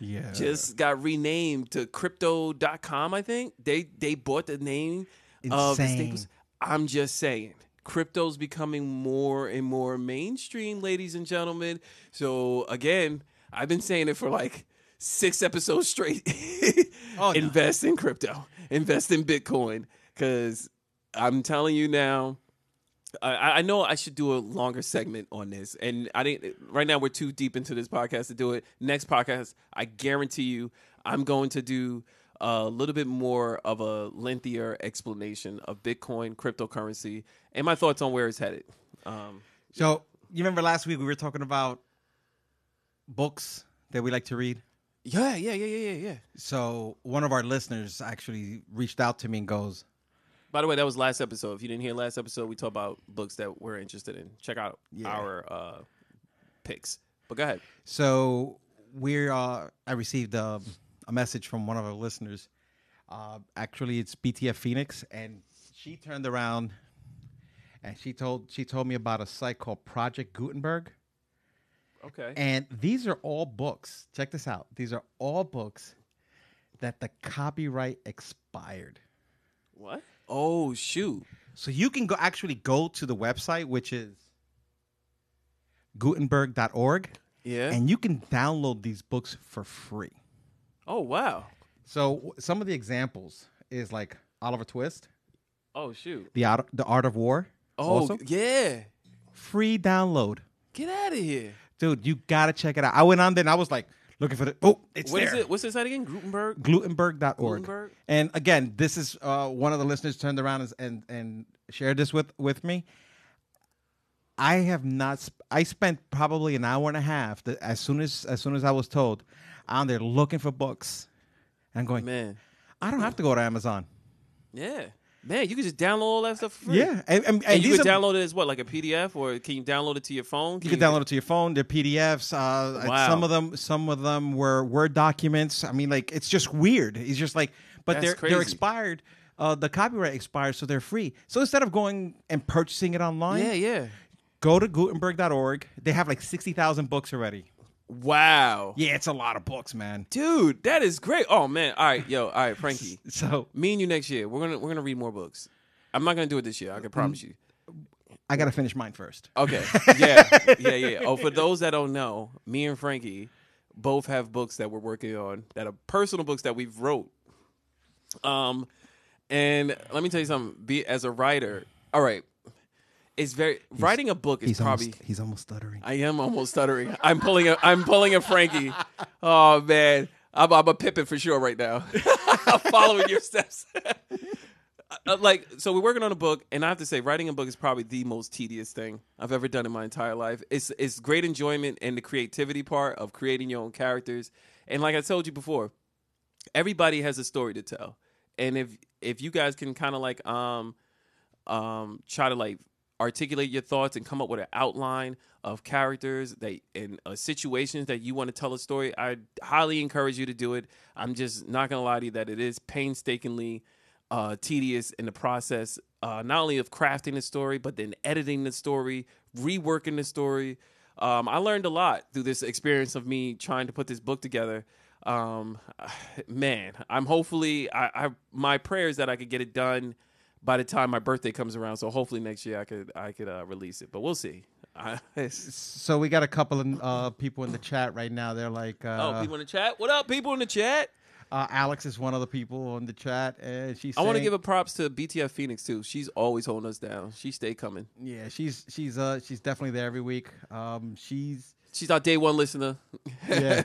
Yeah.
just got renamed to crypto.com, I think. They they bought the name of the
Insane.
Staples. I'm just saying. Crypto's becoming more and more mainstream, ladies and gentlemen. So again, I've been saying it for like six episodes straight.
Oh, no.
Invest in crypto. Invest in Bitcoin. Cause I'm telling you now, I- I, I know I should do a longer segment on this, and I didn't. Right now, we're too deep into this podcast to do it. Next podcast, I guarantee you, I'm going to do a little bit more of a lengthier explanation of Bitcoin, cryptocurrency, and my thoughts on where it's headed. Um,
So you remember last week we were talking about books that we like to read.
yeah, yeah, yeah, yeah, yeah, yeah.
So one of our listeners actually reached out to me and goes,
By the way, that was last episode. If you didn't hear last episode, we talked about books that we're interested in. Check out our uh, picks. But go ahead.
"So we're uh, I received a, a message from one of our listeners. Uh, actually, it's BTF Phoenix, and she turned around and she told she told me about a site called Project Gutenberg.
Okay.
And these are all books. Check this out. These are all books that the copyright expired.
what? Oh shoot.
So you can go actually go to the website, which is gutenberg.org,
Yeah.
and you can download these books for free.
oh wow.
So w- some of the examples is like Oliver Twist,
Oh shoot.
The Art, the Art of War.
Oh
also.
yeah.
free download.
Get out of here.
Dude, you gotta check it out. I went on there and I was like looking for the oh, it's
What is
there.
it? What's this site again? Gutenberg.
Glutenberg.org.
Glutenberg?
And again, this is uh, one of the listeners turned around and, and and shared this with with me. I have not. Sp- I spent probably an hour and a half. The, as soon as as soon as I was told, on there looking for books, and I'm going.
Man.
I don't have to go to Amazon.
Yeah. Man, you can just download all that stuff for free.
Yeah, and, and, and
And you
these
can
are-
download it as what, like a PDF, or can you download it to your phone?
You can download it to your phone. They're PDFs. Uh, and
Wow.
Some of them, some of them were Word documents. I mean, like it's just weird. It's just like, but
That's
they're
crazy.
they're expired. Uh, the copyright expires, so they're free. So instead of going and purchasing it online,
Yeah, yeah.
go to Gutenberg.org. They have like sixty thousand books already.
Wow.
Yeah, it's a lot of books, man.
Dude, that is great. Oh man. All right, yo. All right, Frankie.
So
Me and you next year. We're gonna we're gonna read more books. I'm not gonna do it this year. I can promise
Mm-hmm.
you.
I gotta finish mine first.
Okay. Yeah. Yeah. Yeah. Oh, for those that don't know, me and Frankie both have books that we're working on that are personal books that we've wrote. Um, and let me tell you something. Be as a writer. All right. It's very writing a book is
He's
probably.
almost, he's almost stuttering.
I am almost stuttering. I'm pulling a I'm pulling a Frankie. Oh man. I'm I'm a Pippin for sure right now. I'm following your steps. Uh, like so we're working on a book and I have to say writing a book is probably the most tedious thing I've ever done in my entire life. It's it's great enjoyment and the creativity part of creating your own characters. And like I told you before, everybody has a story to tell. And if if you guys can kind of like um um, try to like articulate your thoughts and come up with an outline of characters that and uh, situations that you want to tell a story. I highly encourage you to do it. I'm just not gonna lie to you that it is painstakingly uh, tedious in the process, uh, not only of crafting the story, but then editing the story, reworking the story. Um, I learned a lot through this experience of me trying to put this book together. Um, man, I'm hopefully I, I my prayers that I could get it done by the time my birthday comes around. So hopefully next year I could I could uh, release it, but we'll see. I, it's-
So we got a couple of uh, people in the chat right now. They're like, uh,
oh, people in the chat, what up, people in the chat?
uh, Alex is one of the people in the chat, and she's.
I want to
saying-
give a props to BTF Phoenix too. She's always holding us down. She stay coming.
Yeah, she's she's uh she's definitely there every week. Um, she's
She's our day one listener.
yeah,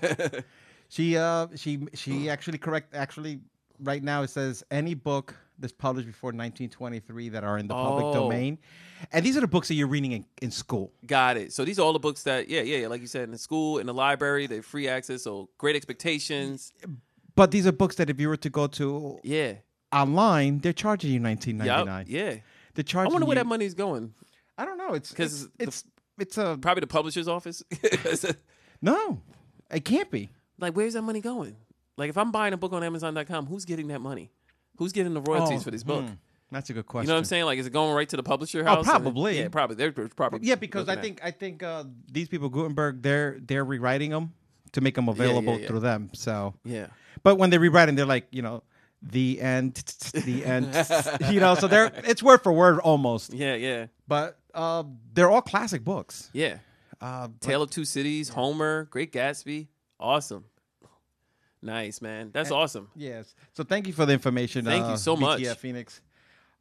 she uh she she actually correct actually right now it says any book that's published before 1923 that are in the public
Oh.
domain, and these are the books that you're reading in, in school.
Got it. So these are all the books that yeah yeah yeah like you said in the school in the library they're free access. So great expectations.
But these are books that if you were to go to
Yeah.
online, they're charging you 19.99.
Yep. Yeah.
They're
I
charging.
wonder where
you,
that money's going.
I don't know. It's
'Cause
because
the-
it's, it's a
Probably the publisher's office.
no. It can't be.
like where's that money going? Like if I'm buying a book on Amazon.com, who's getting that money? Who's getting the royalties for this book?
hmm, That's a good question. Oh,
You know what I'm saying? Like, is it going right to the publisher house?
probably.
Yeah, probably. They're probably.
Yeah, because I
looking at-
think I think uh, these people Gutenberg they're they're rewriting them to make them available
yeah.
through them. So,
Yeah.
but when they rewrite them, they're like you know the end, the end, you know. So they're it's word for word almost,
Yeah. Yeah.
but uh, they're all classic books.
Yeah.
Uh,
Tale of Two Cities, Homer, Great Gatsby. Awesome. Nice, man. That's awesome.
yes. So thank you for the information.
Thank
uh,
you so much.
BTF Phoenix.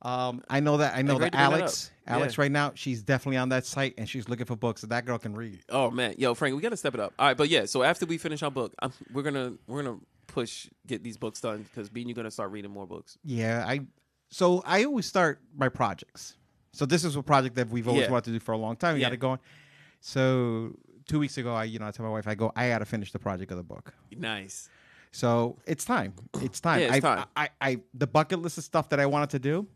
Um, I know that I know
great
that
to bring that
Alex,
up.
Alex,
Yeah.
right now she's definitely on that site and she's looking for books that that girl can read.
Oh man, yo, Frank, we gotta step it up. All right, but yeah. So after we finish our book, I'm, we're gonna we're gonna push get these books done because me and you're gonna start reading more books.
Yeah, I so I always start my projects. So this is a project that we've always
Yeah.
wanted to do for a long time. We
Yeah.
got it going. So two weeks ago, I you know I told my wife I go I got to finish the project of the book.
Nice.
So it's time. It's time.
Yeah, it's
I,
time.
I, I, the bucket list of stuff that I wanted to do,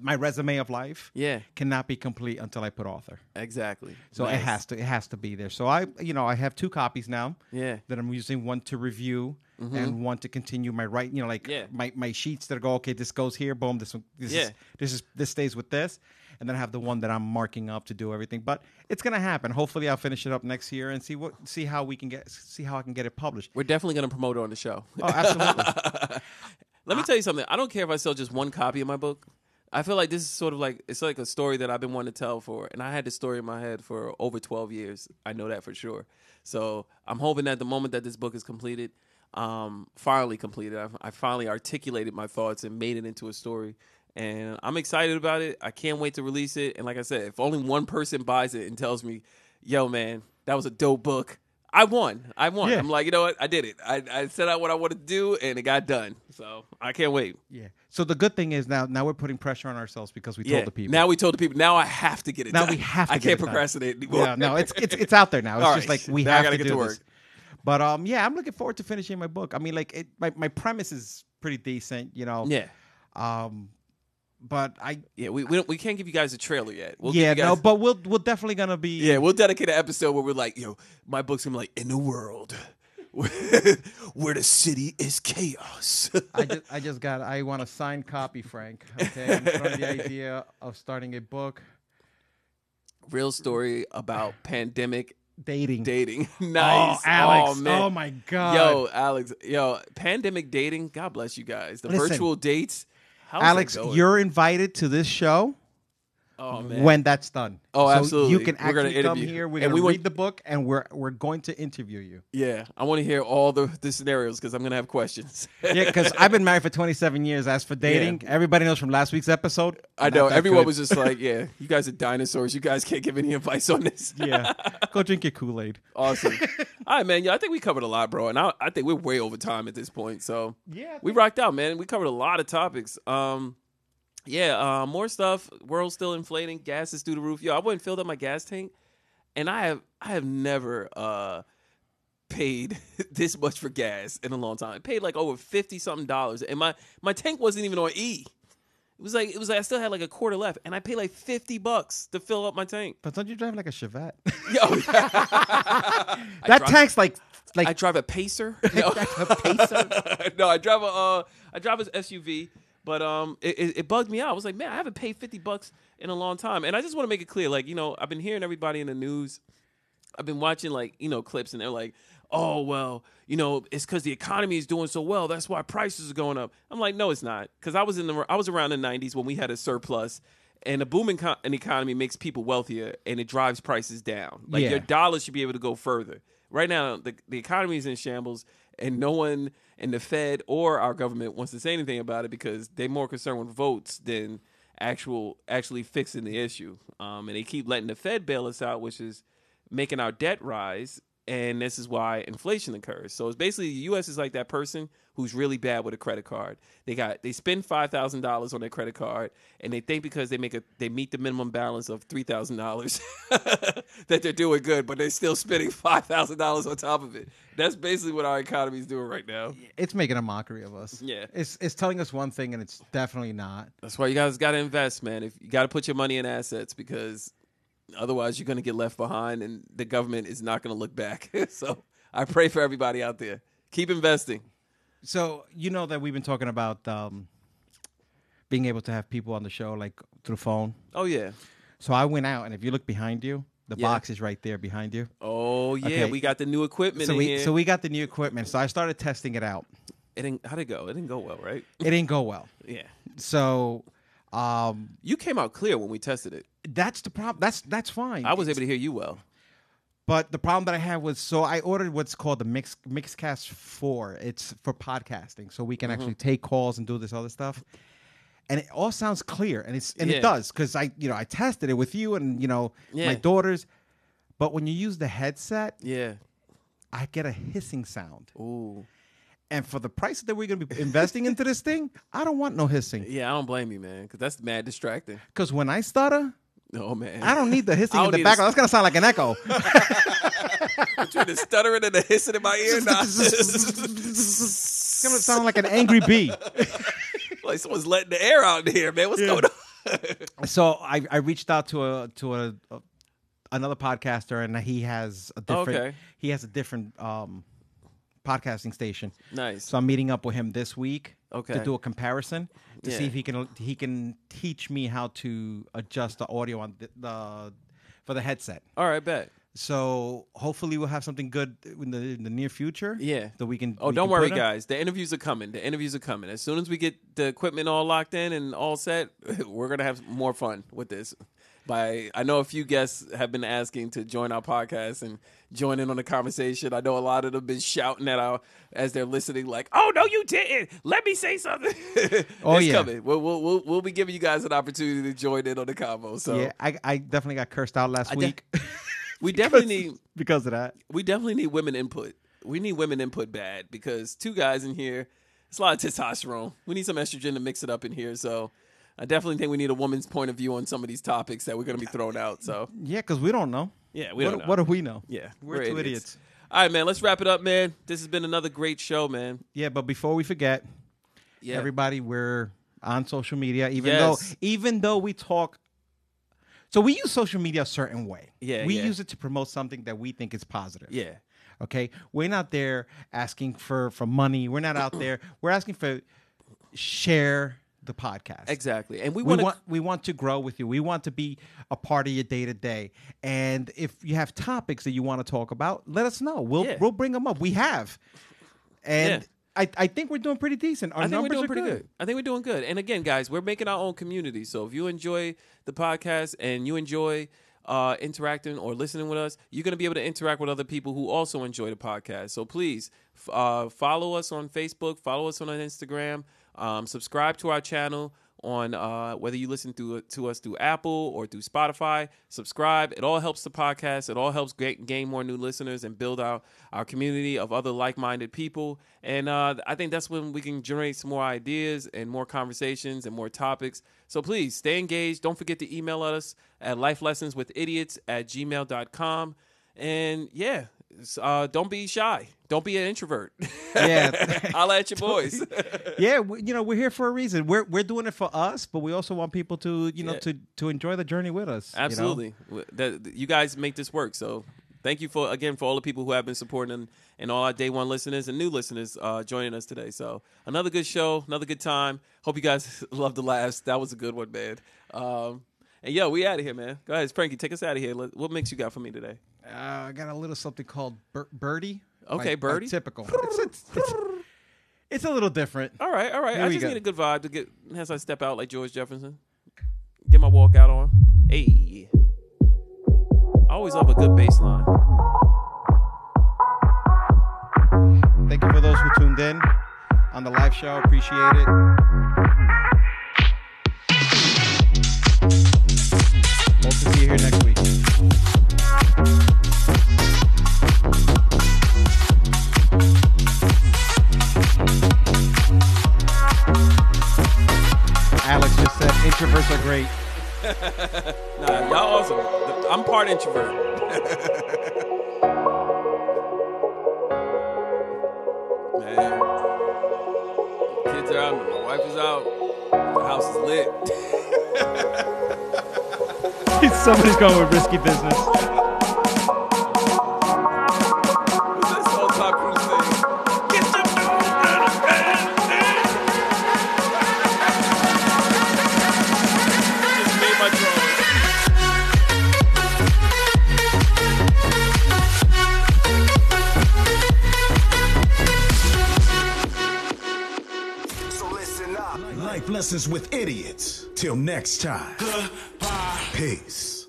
my resume of life,
Yeah.
cannot be complete until I put author.
Exactly.
So it
Nice.
has to it has to be there. So I you know I have two copies now.
Yeah. Mm-hmm.
That I'm using one to review and want to continue my right, you know, like
Yeah.
my, my sheets that go, okay, this goes here, boom, this one, this
Yeah.
is this is this stays with this, and then I have the one that I'm marking up to do everything. But it's gonna happen. Hopefully, I'll finish it up next year and see what see how we can get see how I can get it published.
We're definitely going to promote it on the show.
Oh, absolutely.
Let me tell you something. I don't care if I sell just one copy of my book. I feel like this is sort of like it's like a story that I've been wanting to tell for, and I had this story in my head for over twelve years. I know that for sure. So I'm hoping that the moment that this book is completed, um, finally completed, I've, I finally articulated my thoughts and made it into a story, and I'm excited about it. I can't wait to release it. And like I said, if only one person buys it and tells me, "Yo, man, that was a dope book," I won. I won.
Yeah.
I'm like, you know what? I did it. I, I set out what I wanted to do, and it got done. So I can't wait.
yeah. So the good thing is now now we're putting pressure on ourselves because we
Yeah.
told the people.
Now we told the people. Now I have to get it
Now
done.
we have to
I
get
can't
it done.
procrastinate anymore.
yeah, no, it's it's it's out there now. It's
All
just
right.
like we
Now I
have
gotta
to
get
do
to
this.
work.
But um, yeah, I'm looking forward to finishing my book. I mean, like it, my my premise is pretty decent, you know.
yeah,
Um, but I
yeah. We we, don't, we can't give you guys a trailer yet. We'll give
yeah
you
no,
guys-
but we'll we're definitely gonna be
yeah. We'll dedicate an episode where we're like, yo, my book's gonna be like in the world. Where the city is chaos.
I just, I just got. I want a signed copy, Frank. Okay, I'm throwing the idea of starting a book
Real story about pandemic
dating.
dating.
Oh,
nice.
Alex! Oh,
man.
my God!
Yo, Alex. Yo, pandemic dating. God bless you guys. The
Listen.
virtual dates. How's that
Alex,
going?
you're invited to this show
Oh man.
when that's done.
Oh,
So
absolutely.
You can
We're gonna
actually come
interview.
here. We're
And
gonna
we
read
want-
the book, and we're we're going to interview you.
yeah, I want to hear all the, the scenarios because I'm gonna have questions.
Yeah, because I've been married for 27 years. As for dating, everybody knows from last week's episode.
I
not
know
that
everyone
good.
was just like, "Yeah, you guys are dinosaurs. You guys can't give any advice on this."
yeah. Go drink your Kool Aid.
awesome. All right, man. Yeah, I think we covered a lot, bro, and I, I think we're way over time at this point. So
Yeah, I
we rocked out, man. We covered a lot of topics. Um, yeah, uh, more stuff. World's still inflating. Gas is through the roof. Yo, I went and filled up my gas tank, and I have I have never uh paid this much for gas in a long time. paid like over fifty something dollars, and my my tank wasn't even on E. It was like it was like I still had like a quarter left, and I paid like fifty bucks to fill up my tank.
But don't you drive like a Chevette?
Yo,
that tank's like like
I drive a Pacer. No. no, I drive a uh, I drive an SUV, but um, it, it, it bugged me out. I was like, man, I haven't paid fifty bucks in a long time, and I just want to make it clear, like you know, I've been hearing everybody in the news. I've been watching like you know clips, and they're like, oh well, you know, it's because the economy is doing so well, that's why prices are going up. I'm like, no, it's not, because I was in the I was around the '90s when we had a surplus. And a booming co- an economy makes people wealthier, and it drives prices down. Like
Yeah.
your dollars should be able to go further. Right now, the, the economy is in shambles, and no one in the Fed or our government wants to say anything about it because they're more concerned with votes than actual actually fixing the issue. Um, and they keep letting the Fed bail us out, which is making our debt rise, and this is why inflation occurs. So it's basically the U.S. is like that person who's really bad with a credit card. They got they spend five thousand dollars on their credit card, and they think because they make a they meet the minimum balance of three thousand dollars that they're doing good, but they're still spending five thousand dollars on top of it. That's basically what our economy is doing right now.
it's making a mockery of us.
Yeah.
It's it's telling us one thing and it's definitely not.
That's why you guys got to invest, man. If you got to put your money in assets because otherwise you're going to get left behind and the government is not going to look back. so I pray for everybody out there. Keep investing.
So you know that we've been talking about um, being able to have people on the show like through phone.
Oh yeah.
So I went out and if you look behind you, the
Yeah.
box is right there behind you.
Oh yeah,
Okay.
we got the new equipment
So
in
we
here.
so we got the new equipment. So I started testing it out.
it didn't how'd it go? It didn't go well, right?
It didn't go well.
Yeah.
So um,
You came out clear when we tested it.
that's the problem. That's that's fine.
I was able to hear you well.
But the problem that I had was so I ordered what's called the Mix Mixcast Four. It's for podcasting, so we can
Mm-hmm.
actually take calls and do this other stuff. And it all sounds clear, and it's and
Yeah.
it does because I you know I tested it with you and you know
Yeah.
my daughters. But when you use the headset,
Yeah.
I get a hissing sound,
Ooh.
and for the price that we're going to be investing into this thing, I don't want no hissing
Yeah, I don't blame you, man, cuz that's mad distracting.
because when I stutter,
Oh man.
I don't need the hissing
I
in
don't
the
need a
background. That's going to sound like an echo.
between the stuttering and the hissing in my ear.
it's
Nah.
going to sound like an angry bee.
like someone's letting the air out in here, man. What's going on?
so I, I reached out to a to a, a another podcaster and he has a different
Okay.
he has a different um podcasting station.
Nice.
So I'm meeting up with him this week.
Okay.
To do a comparison to see
Yeah.
if he can he can teach me how to adjust the audio on the, the for the headset.
All right, bet.
So hopefully we'll have something good in the in the near future.
Yeah.
That we can.
Oh,
we
don't
can
worry,
put up.
guys. The interviews are coming. The interviews are coming. As soon as we get the equipment all locked in and all set, we're gonna have more fun with this. By I know a few guests have been asking to join our podcast and join in on the conversation. I know a lot of them been shouting at our as they're listening, like, "Oh no, you didn't! Let me say something."
Oh,
it's
yeah.
coming. We'll, we'll we'll we'll be giving you guys an opportunity to join in on the combo. So
Yeah, I, I definitely got cursed out last
I de-
week
we definitely need
because of that.
we definitely need women input. We need women input bad because two guys in here, it's a lot of testosterone. We need some estrogen to mix it up in here. So I definitely think we need a woman's point of view on some of these topics that we're going to be throwing out. So
Yeah, because we don't know.
yeah, we
what,
don't know.
what do we know?
yeah,
we're, two idiots.
All right, man. Let's wrap it up, man. This has been another great show, man.
Yeah, but before we forget,
Yeah,
everybody, we're on social media. Even
Yes.
though, even though we talk, so we use social media a certain way.
Yeah,
we
yeah.
use it to promote something that we think is positive.
yeah,
Okay, we're not there asking for for money. We're not out there. We're asking for share the podcast.
exactly. And we,
We
wanna-
want we want to grow with you. We want to be a part of your day to day. And if you have topics that you want to talk about, let us know. We'll
Yeah.
we'll bring them up. We have, and
Yeah.
I, I think we're doing pretty decent. Our
I think we're
numbers
doing
are
pretty
good.
good. I think we're doing good. And again, guys, we're making our own community. So if you enjoy the podcast and you enjoy uh, interacting or listening with us, you're going to be able to interact with other people who also enjoy the podcast. So please f- uh, follow us on Facebook, follow us on Instagram, um, subscribe to our channel on uh, whether you listen to, to us through Apple or through Spotify. Subscribe. It all helps the podcast. It all helps ga- gain more new listeners and build our, our community of other like minded people. And uh, I think that's when we can generate some more ideas and more conversations and more topics. So please stay engaged. Don't forget to email us at lifelessonswithidiots at gmail.com. And yeah, s- uh, don't be shy. Don't be an introvert.
Yeah.
I'll at your boys.
yeah, we, you know we're here for a reason. We're we're doing it for us, but we also want people to you know
Yeah.
to to enjoy the journey with us. you know?
Absolutely. W That, that- you guys make this work. So thank you for again for all the people who have been supporting and, and all our day one listeners and new listeners uh, joining us today. So another good show, another good time. Hope you guys love the laughs. That was a good one, man. Um, and yo, we out of here, man. Go ahead, Frankie, take us out of here. Let- What mix you got for me today?
Uh, I got a little something called bir- birdie.
Okay,
by- by
Birdie.
typical. it's, it's, it's, it's a little different.
All right, all right.
Here
I
we
just
go.
need a good vibe to get as I step out like George Jefferson. Get my walk out on. Hey. I always love a good bass line.
Thank you for those who tuned in on the live show. Appreciate it. Hope to see you here next week. Alex just said introverts are great.
Nah, y'all awesome. I'm part introvert. Man. Kids are out, my wife is out, the house is lit.
Somebody's going with risky business.
What's this whole Tom Cruise thing? Get the dog out of bed. Just made my drawing.
So listen up.
Life lessons with idiots. Till next time. Peace.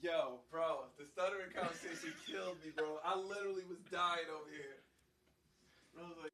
Yo, bro, the stuttering conversation killed me, bro. I literally was dying over here. I was like,